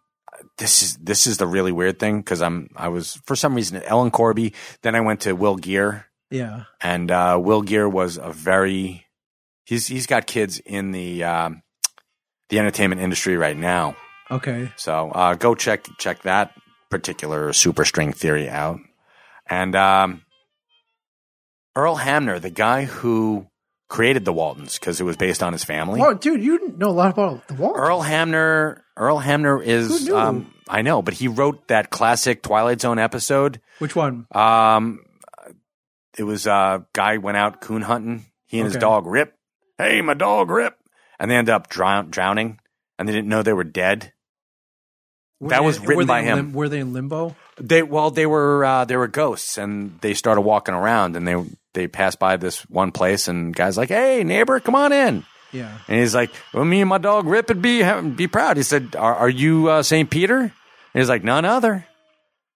Speaker 2: this is this is the really weird thing because I'm I was for some reason at Ellen Corby. Then I went to Will Gear,
Speaker 1: Yeah.
Speaker 2: and uh, Will Gear was a very he's he's got kids in the um, the entertainment industry right now.
Speaker 1: Okay.
Speaker 2: So uh, go check check that particular super string theory out. And um, Earl Hamner, the guy who created the Waltons, because it was based on his family.
Speaker 1: Well, Oh, dude, you didn't know a lot about the Waltons.
Speaker 2: Earl Hamner, Earl Hamner
Speaker 1: Who
Speaker 2: is
Speaker 1: knew?
Speaker 2: um, I know, but he wrote that classic Twilight Zone episode.
Speaker 1: Which one?
Speaker 2: Um, it was a guy went out coon hunting. He and his
Speaker 1: Okay.
Speaker 2: dog Rip. Hey, my dog Rip, and they ended up drown- drowning, and they didn't know they were dead.
Speaker 1: Were
Speaker 2: That was written
Speaker 1: were they
Speaker 2: by
Speaker 1: in
Speaker 2: him.
Speaker 1: Lim- were they in limbo?
Speaker 2: They well, they were uh, they were ghosts, and they started walking around, and they they passed by this one place, and guys like, "Hey, neighbor, come on in."
Speaker 1: Yeah.
Speaker 2: And he's like, "Well, me and my dog Rip would be be proud." He said, "Are, are you uh, Saint Peter?" And he's like, "None other."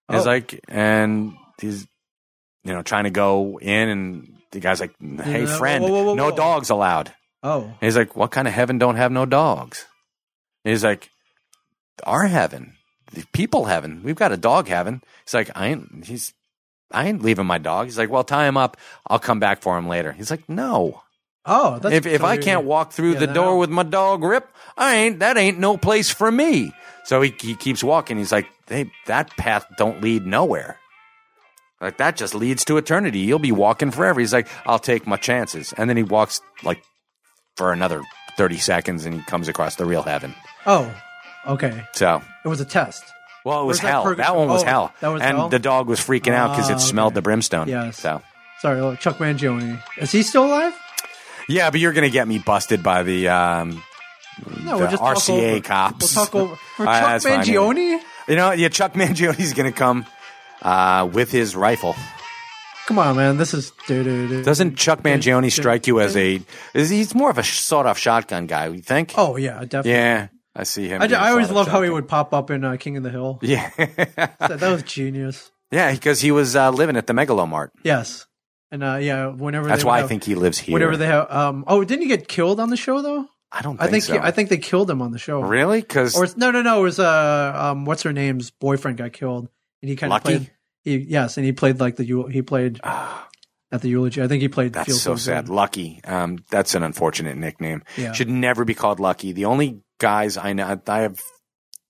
Speaker 2: He's
Speaker 1: Oh.
Speaker 2: like, and he's you know trying to go in, and the guy's like, "Hey,
Speaker 1: Yeah,
Speaker 2: friend,
Speaker 1: whoa, whoa, whoa,
Speaker 2: no
Speaker 1: whoa."
Speaker 2: dogs allowed."
Speaker 1: Oh.
Speaker 2: And he's like, "What kind of heaven don't have no dogs?" And he's like, "Our heaven, the people heaven. We've got a dog heaven." He's like, "I ain't." He's, "I ain't leaving my dog." He's like, "Well, tie him up. I'll come back for him later." He's like, "No.
Speaker 1: Oh. That's
Speaker 2: if if I
Speaker 1: so-
Speaker 2: can't walk through
Speaker 1: yeah,
Speaker 2: the
Speaker 1: then
Speaker 2: door
Speaker 1: I'll-
Speaker 2: with my dog Rip, I ain't. That ain't no place for me." So he he keeps walking. He's like, "Hey, that path don't lead nowhere." Like that just leads to eternity. You'll be walking forever. He's like, I'll take my chances. And then he walks like for another 30 seconds and he comes across the real heaven.
Speaker 1: Oh. Okay.
Speaker 2: So,
Speaker 1: It was a test.
Speaker 2: well, it was
Speaker 1: Where's that
Speaker 2: hell. That,
Speaker 1: purga-
Speaker 2: one was
Speaker 1: oh,
Speaker 2: hell.
Speaker 1: that was
Speaker 2: and
Speaker 1: hell?
Speaker 2: the dog was freaking out because
Speaker 1: Ah,
Speaker 2: it smelled
Speaker 1: okay.
Speaker 2: the brimstone.
Speaker 1: Yes.
Speaker 2: So,
Speaker 1: Sorry, look, Chuck Mangione. Is he still alive?
Speaker 2: yeah, but you're going to get me busted by the, um,
Speaker 1: No,
Speaker 2: The
Speaker 1: we'll just
Speaker 2: RCA
Speaker 1: talk over.
Speaker 2: cops.
Speaker 1: We'll talk over for
Speaker 2: All right,
Speaker 1: Chuck
Speaker 2: that's fine, yeah.
Speaker 1: Mangione.
Speaker 2: you know, yeah, Chuck Mangione's going to come uh, with his rifle.
Speaker 1: Come on, man. This is dude.
Speaker 2: Doesn't Chuck Mangione strike you as a, is, he's more of a sawed off shotgun guy, you think?
Speaker 1: Oh yeah, definitely.
Speaker 2: Yeah, I see him.
Speaker 1: I, ju-
Speaker 2: being a
Speaker 1: I always
Speaker 2: sawed-off
Speaker 1: loved how he
Speaker 2: shotgun.
Speaker 1: would pop up in uh, King of the Hill.
Speaker 2: Yeah.
Speaker 1: That, that was genius.
Speaker 2: Yeah, because he was uh, living at the Megalomart.
Speaker 1: Yes, and uh, yeah, whenever
Speaker 2: That's
Speaker 1: they would
Speaker 2: why I
Speaker 1: have-
Speaker 2: think he lives here.
Speaker 1: whenever they have. Um, oh, didn't he get killed on the show though?
Speaker 2: I don't
Speaker 1: I
Speaker 2: think,
Speaker 1: think
Speaker 2: so.
Speaker 1: he, I think they killed him on the show.
Speaker 2: really because
Speaker 1: Or it's- no, no, no. It was uh, um, what's her name's boyfriend got killed, and he kind of
Speaker 2: Lucky?
Speaker 1: played. He, yes, and he played like the eu- he played at the eulogy. I think he played.
Speaker 2: Ah. that's
Speaker 1: Feel
Speaker 2: so
Speaker 1: Good.
Speaker 2: sad. Lucky, um, that's an unfortunate nickname.
Speaker 1: Yeah.
Speaker 2: Should never be called Lucky. The only guys I know, I have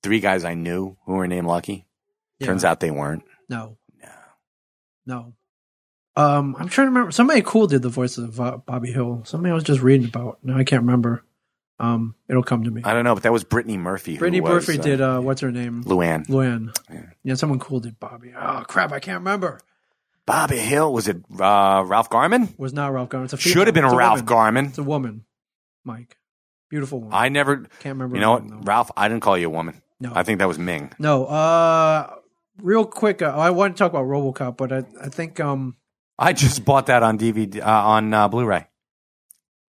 Speaker 2: three guys I knew who were named Lucky.
Speaker 3: Yeah.
Speaker 2: Turns out they weren't.
Speaker 3: No. No. Um, I'm trying to remember. Somebody cool did the voice of uh, Bobby Hill. Somebody I was just reading about. Now I can't remember. Um, it'll come to me.
Speaker 2: I don't know, but that was Brittany Murphy. who
Speaker 3: Brittany
Speaker 2: was,
Speaker 3: Murphy
Speaker 2: uh,
Speaker 3: did. Uh, what's her name?
Speaker 2: Luann.
Speaker 3: Luann. Yeah.
Speaker 2: Yeah.
Speaker 3: someone cool did Bobby. Oh crap, I can't remember.
Speaker 2: Bobby Hill was it? Uh, Ralph Garman
Speaker 3: Was not Ralph Garman. It's a female.
Speaker 2: should have been
Speaker 3: It's a
Speaker 2: Ralph
Speaker 3: woman.
Speaker 2: Garman.
Speaker 3: It's a woman. Mike, beautiful woman.
Speaker 2: I never.
Speaker 3: can't remember.
Speaker 2: You
Speaker 3: her
Speaker 2: know
Speaker 3: name,
Speaker 2: what,
Speaker 3: though.
Speaker 2: Ralph? I didn't call you a woman.
Speaker 3: No,
Speaker 2: I think that was Ming.
Speaker 3: no. Uh, real quick. Uh, I want to talk about RoboCop, but I, I think um
Speaker 2: I just bought that on DVD uh, on uh, Blu-ray.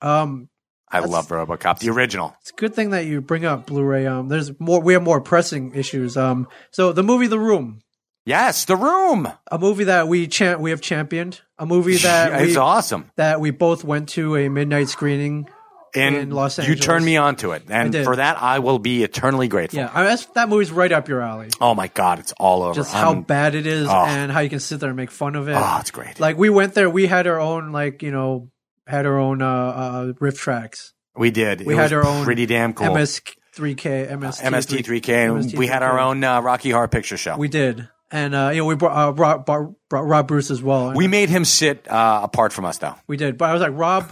Speaker 3: um
Speaker 2: I
Speaker 3: That's-
Speaker 2: love RoboCop, the original.
Speaker 3: It's a good thing that you bring up Blu-ray. Um, there's more. We have more pressing issues. Um, so the movie The Room,
Speaker 2: Yes, The Room.
Speaker 3: a movie that we champ, we have championed, a movie that
Speaker 2: it's
Speaker 3: we,
Speaker 2: awesome.
Speaker 3: that we both went to a midnight screening.
Speaker 2: And
Speaker 3: in Los
Speaker 2: you
Speaker 3: Angeles.
Speaker 2: turned me on to it, and
Speaker 3: did.
Speaker 2: for that I will be eternally grateful.
Speaker 3: Yeah, I that's, that movie's right up your alley.
Speaker 2: Oh my God, it's all over.
Speaker 3: Just how
Speaker 2: I'm-
Speaker 3: bad it is,
Speaker 2: Oh.
Speaker 3: and how you can sit there and make fun of it.
Speaker 2: Oh, it's great.
Speaker 3: Like we went there, we had our own, like you know, had our own uh, uh riff tracks,
Speaker 2: we did.
Speaker 3: we
Speaker 2: It
Speaker 3: had
Speaker 2: was
Speaker 3: our own
Speaker 2: pretty damn cool.
Speaker 3: MS3K, MS
Speaker 2: MST3K, and we had our own uh, Rocky Horror Picture Show. We,
Speaker 3: We did, and uh, you know we brought, uh, brought, brought, brought Rob Bruce as well. And
Speaker 2: made him sit uh, apart from us, though.
Speaker 3: We did, but I was like, Rob,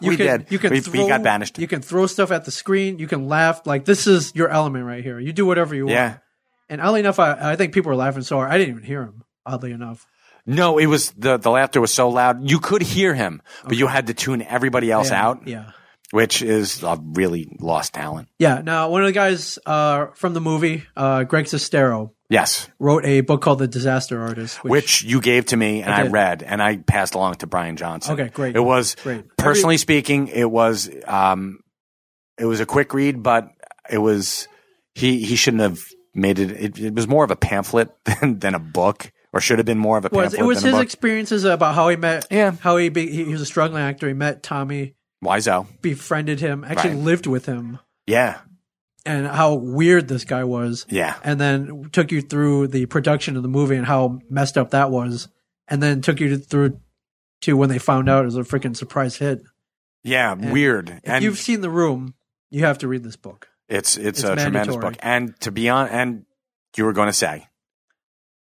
Speaker 3: you
Speaker 2: we
Speaker 3: can,
Speaker 2: did.
Speaker 3: You can
Speaker 2: we,
Speaker 3: throw,
Speaker 2: we got banished.
Speaker 3: You can throw stuff at the screen. You can laugh. Like this is your element right here. You do whatever you
Speaker 2: yeah.
Speaker 3: want. And oddly enough, I, I think people were laughing so hard I didn't even hear him. Oddly enough,
Speaker 2: No, it was the the laughter was so loud you could hear him, but you had to tune everybody else
Speaker 3: yeah,
Speaker 2: out,
Speaker 3: Yeah,
Speaker 2: which is a really lost talent.
Speaker 3: yeah. Now one of the guys uh, from the movie, uh, Greg Sestero,
Speaker 2: Yes,
Speaker 3: wrote a book called The Disaster Artist, which,
Speaker 2: which you gave to me and
Speaker 3: I
Speaker 2: I,
Speaker 3: did.
Speaker 2: read and I passed along to Brian Johnson.
Speaker 3: Okay, great.
Speaker 2: It was
Speaker 3: Great.
Speaker 2: personally speaking, it was um, it was a quick read, but it was he he shouldn't have made it. It, it was more of a pamphlet than, than a book, or should have been more of a
Speaker 3: was
Speaker 2: pamphlet
Speaker 3: it was
Speaker 2: than
Speaker 3: his
Speaker 2: a book.
Speaker 3: experiences about how he met.
Speaker 2: Yeah.
Speaker 3: how he, be, he he was a struggling actor. He met Tommy,
Speaker 2: Wiseau,
Speaker 3: befriended him, actually
Speaker 2: Right.
Speaker 3: lived with him,
Speaker 2: yeah,
Speaker 3: and how weird this guy was.
Speaker 2: yeah,
Speaker 3: and then took you through the production of the movie and how messed up that was, and then took you to, through to when they found out it was a freaking surprise hit.
Speaker 2: yeah. weird.
Speaker 3: If you've seen The Room, you have to read this book.
Speaker 2: It's it's,
Speaker 3: It's
Speaker 2: a tremendous
Speaker 3: mandatory.
Speaker 2: book. And to be on, and you were going to say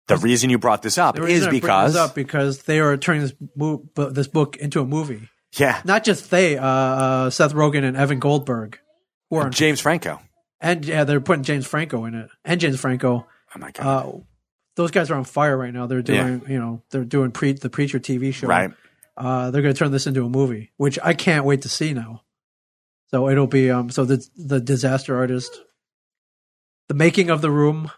Speaker 2: the reason you brought this up
Speaker 3: The
Speaker 2: is
Speaker 3: reason I bring
Speaker 2: because
Speaker 3: this up because they are turning this mo- bu- this book into a movie.
Speaker 2: yeah,
Speaker 3: Not just they, uh, uh, Seth Rogen and Evan Goldberg, who are
Speaker 2: James Franco.
Speaker 3: and yeah, they're putting James Franco in it and James Franco.
Speaker 2: Oh my god!
Speaker 3: Uh, those guys are on fire right now. They're doing you know they're doing pre- the preacher TV show
Speaker 2: right?
Speaker 3: uh, they're going to turn this into a movie, which I can't wait to see now. So it'll be um. So the the disaster artist, the making of the room,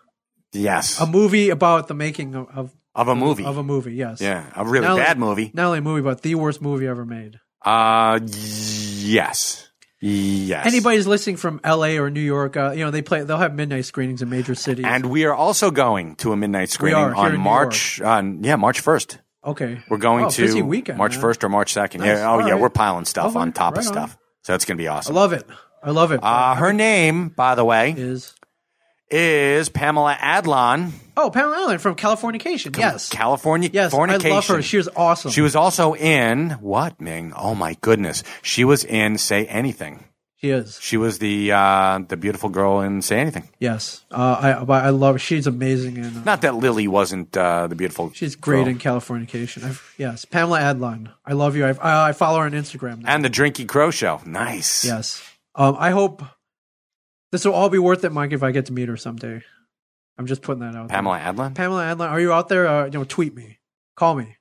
Speaker 2: Yes,
Speaker 3: a movie about the making of, of
Speaker 2: of a movie.
Speaker 3: of a movie. Yes.
Speaker 2: yeah, a really
Speaker 3: Now-
Speaker 2: bad movie.
Speaker 3: Not only a movie, but the worst movie ever made.
Speaker 2: Uh yes, yes.
Speaker 3: Anybody's listening from L.A. or New York, uh, you know they play. They'll have midnight screenings in major cities.
Speaker 2: And we are also going to a midnight screening
Speaker 3: are, here in
Speaker 2: on
Speaker 3: New
Speaker 2: March. On yeah, March first.
Speaker 3: okay,
Speaker 2: We're going
Speaker 3: Oh, busy
Speaker 2: to
Speaker 3: weekend,
Speaker 2: March
Speaker 3: man.
Speaker 2: first or March second.
Speaker 3: Nice.
Speaker 2: Yeah. Oh
Speaker 3: All
Speaker 2: yeah,
Speaker 3: right.
Speaker 2: we're piling stuff
Speaker 3: Oh,
Speaker 2: on top
Speaker 3: right
Speaker 2: of
Speaker 3: on.
Speaker 2: stuff. So it's gonna be
Speaker 3: I
Speaker 2: awesome.
Speaker 3: love it. I love it.
Speaker 2: Uh, her name, by the way,
Speaker 3: is
Speaker 2: is Pamela Adlon.
Speaker 3: oh Pamela Allen from Californication. yes.
Speaker 2: California
Speaker 3: Yes,
Speaker 2: fornication.
Speaker 3: I love her. She was awesome.
Speaker 2: She was also in what, Ming? Oh my goodness. She was in Say Anything.
Speaker 3: she is.
Speaker 2: She was the uh, the beautiful girl in Say Anything.
Speaker 3: Yes, uh, I but I love. She's amazing and uh,
Speaker 2: Not that Lily wasn't uh, the beautiful
Speaker 3: she's great
Speaker 2: girl.
Speaker 3: in Californication. I've, yes, Pamela Adlon. I love you. I've, I I follow her on Instagram. Now.
Speaker 2: and the Drinky Crow show. Nice.
Speaker 3: yes, um, I hope this will all be worth it, Mike. If I get to meet her someday, I'm just putting that out. there.
Speaker 2: Pamela Adlon.
Speaker 3: Pamela Adlon, are you out there? Uh, you know, tweet me, call me.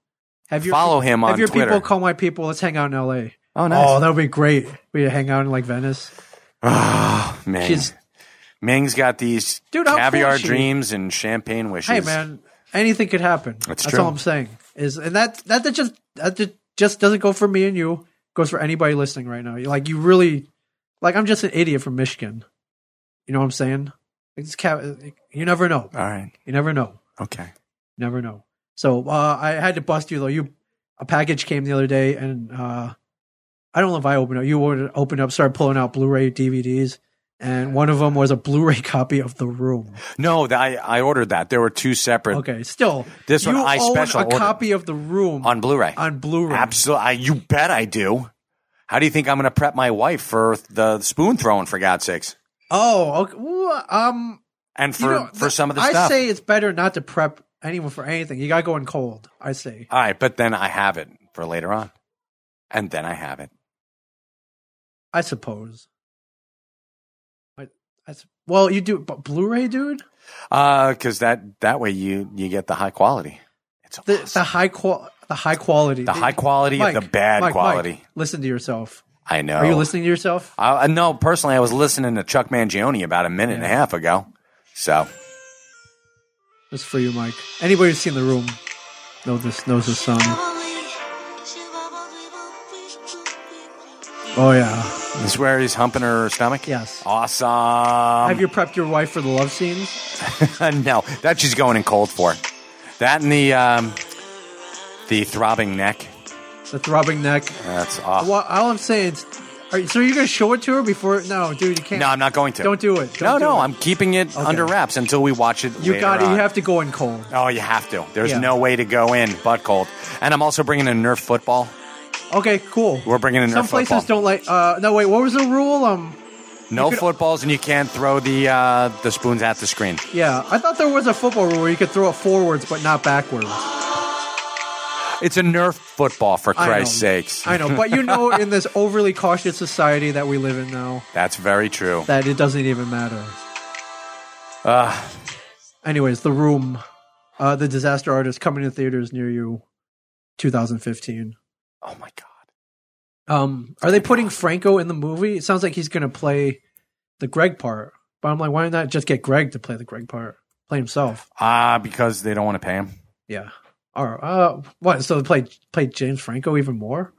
Speaker 3: Have your
Speaker 2: Follow him
Speaker 3: have
Speaker 2: on
Speaker 3: your
Speaker 2: Twitter.
Speaker 3: people call my people. Let's hang out in L.A.
Speaker 2: oh nice.
Speaker 3: Oh, that would be great. We could hang out in like Venice.
Speaker 2: Ah, Ming.
Speaker 3: She's
Speaker 2: Ming's got these
Speaker 3: Dude, how cool
Speaker 2: caviar
Speaker 3: is she?
Speaker 2: dreams and champagne wishes.
Speaker 3: hey man, anything could happen.
Speaker 2: That's
Speaker 3: That's
Speaker 2: true.
Speaker 3: all I'm saying. Is and that that, that just that ju- just doesn't go for me and you. It goes for anybody listening right now. You- Like you really, like I'm just an idiot from Michigan. You know what I'm saying? It's ca- you never know.
Speaker 2: All right.
Speaker 3: You never know.
Speaker 2: Okay.
Speaker 3: You never know. So uh, I had to bust you though. You a package came the other day and uh, I don't know if I opened it. You ordered, opened up, started pulling out Blu-ray DVDs, and one of them was a Blu-ray copy of The Room.
Speaker 2: No, th- I, I ordered that. There were two separate
Speaker 3: Okay, still
Speaker 2: This
Speaker 3: you
Speaker 2: one I
Speaker 3: own
Speaker 2: special
Speaker 3: a
Speaker 2: ordered.
Speaker 3: copy of the room on,
Speaker 2: on Blu-ray.
Speaker 3: Blu-ray.
Speaker 2: Absolutely. I, you bet I do. How do you think I'm going to prep my wife for the spoon throwing, for God's sakes?
Speaker 3: Oh, okay. Ooh, Oh, um,
Speaker 2: And for
Speaker 1: You know,
Speaker 2: for some of the
Speaker 1: I
Speaker 2: stuff,
Speaker 1: say it's better not to prep anyone for anything. You got to go in cold. I say.
Speaker 2: all right. But then I have it for later on, and then I have it.
Speaker 1: I suppose. I, I s- well, you do, but Blu-ray, dude.
Speaker 2: because Uh, that that way you you get the high quality. It's
Speaker 1: The,
Speaker 2: awesome.
Speaker 1: the high qual, the high quality,
Speaker 2: the, high quality
Speaker 1: Mike,
Speaker 2: of the bad
Speaker 1: Mike, Mike,
Speaker 2: quality. Oh.
Speaker 1: listen to yourself.
Speaker 2: I know.
Speaker 1: Are you listening to yourself?
Speaker 2: I, I- no, personally, I was listening to Chuck Mangione about a minute and a half ago. So
Speaker 1: Just for you, Mike. Anybody who's seen the room knows this knows this song. Oh yeah.
Speaker 2: this is where he's humping her stomach.
Speaker 1: Yes.
Speaker 2: Awesome.
Speaker 1: Have you prepped your wife for the love scenes?
Speaker 2: no, that she's going in cold for. That and the um, the throbbing neck.
Speaker 1: The throbbing neck.
Speaker 2: That's awesome.
Speaker 1: Well, all I'm saying is, are you, so you're gonna show it to her before? No, dude, you can't.
Speaker 2: No, I'm not going to.
Speaker 1: Don't do it.
Speaker 2: no,
Speaker 1: Don't do
Speaker 2: no,
Speaker 1: it.
Speaker 2: I'm keeping it under wraps until we watch it.
Speaker 1: You
Speaker 2: later
Speaker 1: got it. You
Speaker 2: on.
Speaker 1: have to go in cold.
Speaker 2: Oh, you have to. There's
Speaker 1: Yeah.
Speaker 2: no way to go in butt cold. And I'm also bringing a Nerf football.
Speaker 1: Okay, cool.
Speaker 2: We're bringing in
Speaker 1: Some
Speaker 2: Nerf
Speaker 1: places
Speaker 2: football.
Speaker 1: don't like. Uh, no, wait. What was the rule? Um,
Speaker 2: No footballs, and you can't throw the uh, the spoons at the screen.
Speaker 1: yeah, I thought there was a football rule where you could throw it forwards but not backwards.
Speaker 2: It's a Nerf football, for
Speaker 1: I know.
Speaker 2: Christ's sakes.
Speaker 1: I know, but you know, in this overly cautious society that we live in now,
Speaker 2: That's very true.
Speaker 1: that it doesn't even matter.
Speaker 2: Uh,
Speaker 1: Anyways, the room, uh, the disaster artist coming to theaters near you, 2015.
Speaker 2: oh my god.
Speaker 1: Um, are they putting Franco in the movie? It sounds like he's going to play the Greg part, but I'm like, why not just get Greg to play the Greg part? Play himself.
Speaker 2: Ah, because they don't want to pay him.
Speaker 1: Yeah. Or uh, what? So they play play James Franco even more?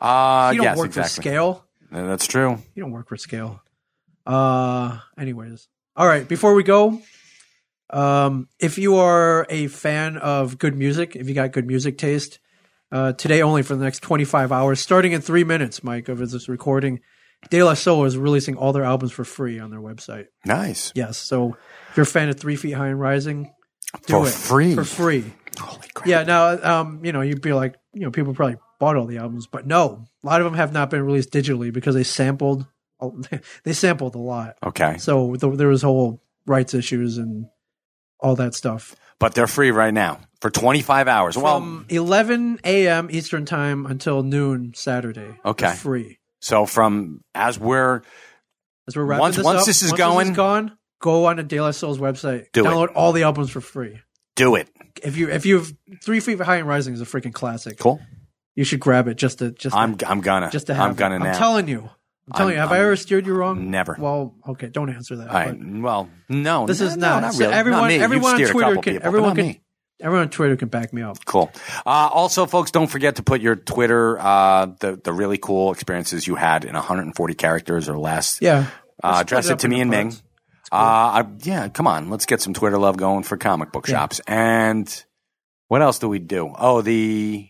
Speaker 2: Ah,
Speaker 1: You don't
Speaker 2: yes,
Speaker 1: work for
Speaker 2: exactly.
Speaker 1: scale.
Speaker 2: Uh, That's true.
Speaker 1: You don't work for scale. Uh, anyways, all right. Before we go, um, if you are a fan of good music, if you got good music taste, uh, today only for the next 25 hours, starting in three minutes, Mike, of this recording, De La Soul is releasing all their albums for free on their website.
Speaker 2: Nice.
Speaker 1: Yes, so if you're a fan of Three Feet High and Rising, do
Speaker 2: For
Speaker 1: it
Speaker 2: free?
Speaker 1: for free.
Speaker 2: Holy crap.
Speaker 1: Yeah, now um, you know, you'd be like, you know, people probably bought all the albums, but no, a lot of them have not been released digitally because they sampled, they sampled a lot,
Speaker 2: Okay,
Speaker 1: so th- there was whole rights issues and all that stuff.
Speaker 2: but they're free right now for 25 hours. well,
Speaker 1: From 11 a.m. Eastern time until noon Saturday.
Speaker 2: Okay.
Speaker 1: it's free.
Speaker 2: so from as we're
Speaker 1: As we're wrapping
Speaker 2: Once-
Speaker 1: this
Speaker 2: once
Speaker 1: up,
Speaker 2: this is
Speaker 1: once
Speaker 2: going-
Speaker 1: gone, go on to De La Soul's website,
Speaker 2: Do it.
Speaker 1: download all the albums for free.
Speaker 2: do it.
Speaker 1: If you if you've Three Feet High and Rising is a freaking classic.
Speaker 2: Cool.
Speaker 1: You should grab it just to just to
Speaker 2: I'm I'm gonna.
Speaker 1: just to have
Speaker 2: I'm gonna
Speaker 1: it.
Speaker 2: now.
Speaker 1: I'm telling you. I'm telling
Speaker 2: I'm-
Speaker 1: you. Have
Speaker 2: I'm-
Speaker 1: i ever steered you wrong?
Speaker 2: Never.
Speaker 1: Well, okay. Don't answer that.
Speaker 2: I,
Speaker 1: but
Speaker 2: well, no,
Speaker 1: This
Speaker 2: no,
Speaker 1: is
Speaker 2: no,
Speaker 1: not-
Speaker 2: not
Speaker 1: so
Speaker 2: really. Not
Speaker 1: everyone-
Speaker 2: me. You've
Speaker 1: everyone on
Speaker 2: steered a
Speaker 1: Twitter
Speaker 2: couple
Speaker 1: can-
Speaker 2: people, but
Speaker 1: everyone
Speaker 2: not
Speaker 1: can-
Speaker 2: me.
Speaker 1: everyone on Twitter can back me up.
Speaker 2: Cool. Uh, also, folks, don't forget to put your Twitter uh, the the really cool experiences you had in 140 characters or less.
Speaker 1: Yeah.
Speaker 2: Uh,
Speaker 1: Let's
Speaker 2: address
Speaker 1: split
Speaker 2: it to
Speaker 1: up
Speaker 2: me and
Speaker 1: into
Speaker 2: Ming.
Speaker 1: parts.
Speaker 2: Uh, I, yeah, come on, let's get some Twitter love going for comic book shops. And what else do we do? Oh, the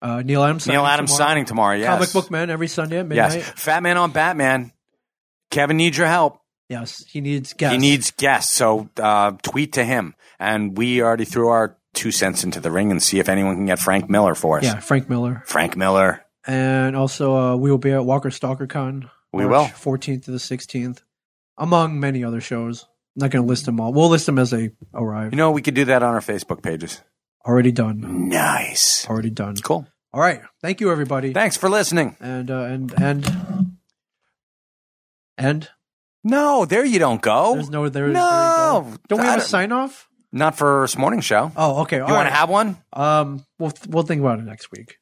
Speaker 1: Uh, Neil Adams.
Speaker 2: Neil
Speaker 1: signing
Speaker 2: Adams
Speaker 1: tomorrow.
Speaker 2: signing tomorrow. Yes,
Speaker 1: Comic Book Man every Sunday at midnight.
Speaker 2: Yes,
Speaker 1: Yes.
Speaker 2: Fat Man on Batman. Kevin needs your help.
Speaker 1: He needs guests.
Speaker 2: He needs guests, so uh, tweet to him. And we already threw our two cents into the ring and see if anyone can get Frank Miller for us.
Speaker 1: Yeah, Frank Miller.
Speaker 2: Frank Miller.
Speaker 1: And also, uh, we will be at Walker Stalker Con.
Speaker 2: We
Speaker 1: March 14th to the 16th, among many other shows. I'm not going to list them all. We'll list them as they arrive.
Speaker 2: You know, we could do that on our Facebook pages.
Speaker 1: Already done.
Speaker 2: Nice.
Speaker 1: Already done.
Speaker 2: Cool.
Speaker 1: All right. Thank you, everybody.
Speaker 2: Thanks for listening.
Speaker 1: and, uh, and, and, and.
Speaker 2: No, there you don't go.
Speaker 1: There's no there.
Speaker 2: No!
Speaker 1: there you go. don't we
Speaker 2: I
Speaker 1: have a
Speaker 2: don't-
Speaker 1: sign off?
Speaker 2: Not for this morning's show.
Speaker 1: Oh, okay.
Speaker 2: you want to have one?
Speaker 1: Um, we'll we'll think about it next week.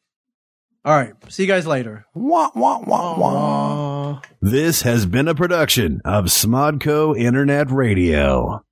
Speaker 1: All right. See you guys later.
Speaker 2: Wah, wah, wah, wah.
Speaker 1: Uh,
Speaker 4: This has been a production of Smodco Internet Radio.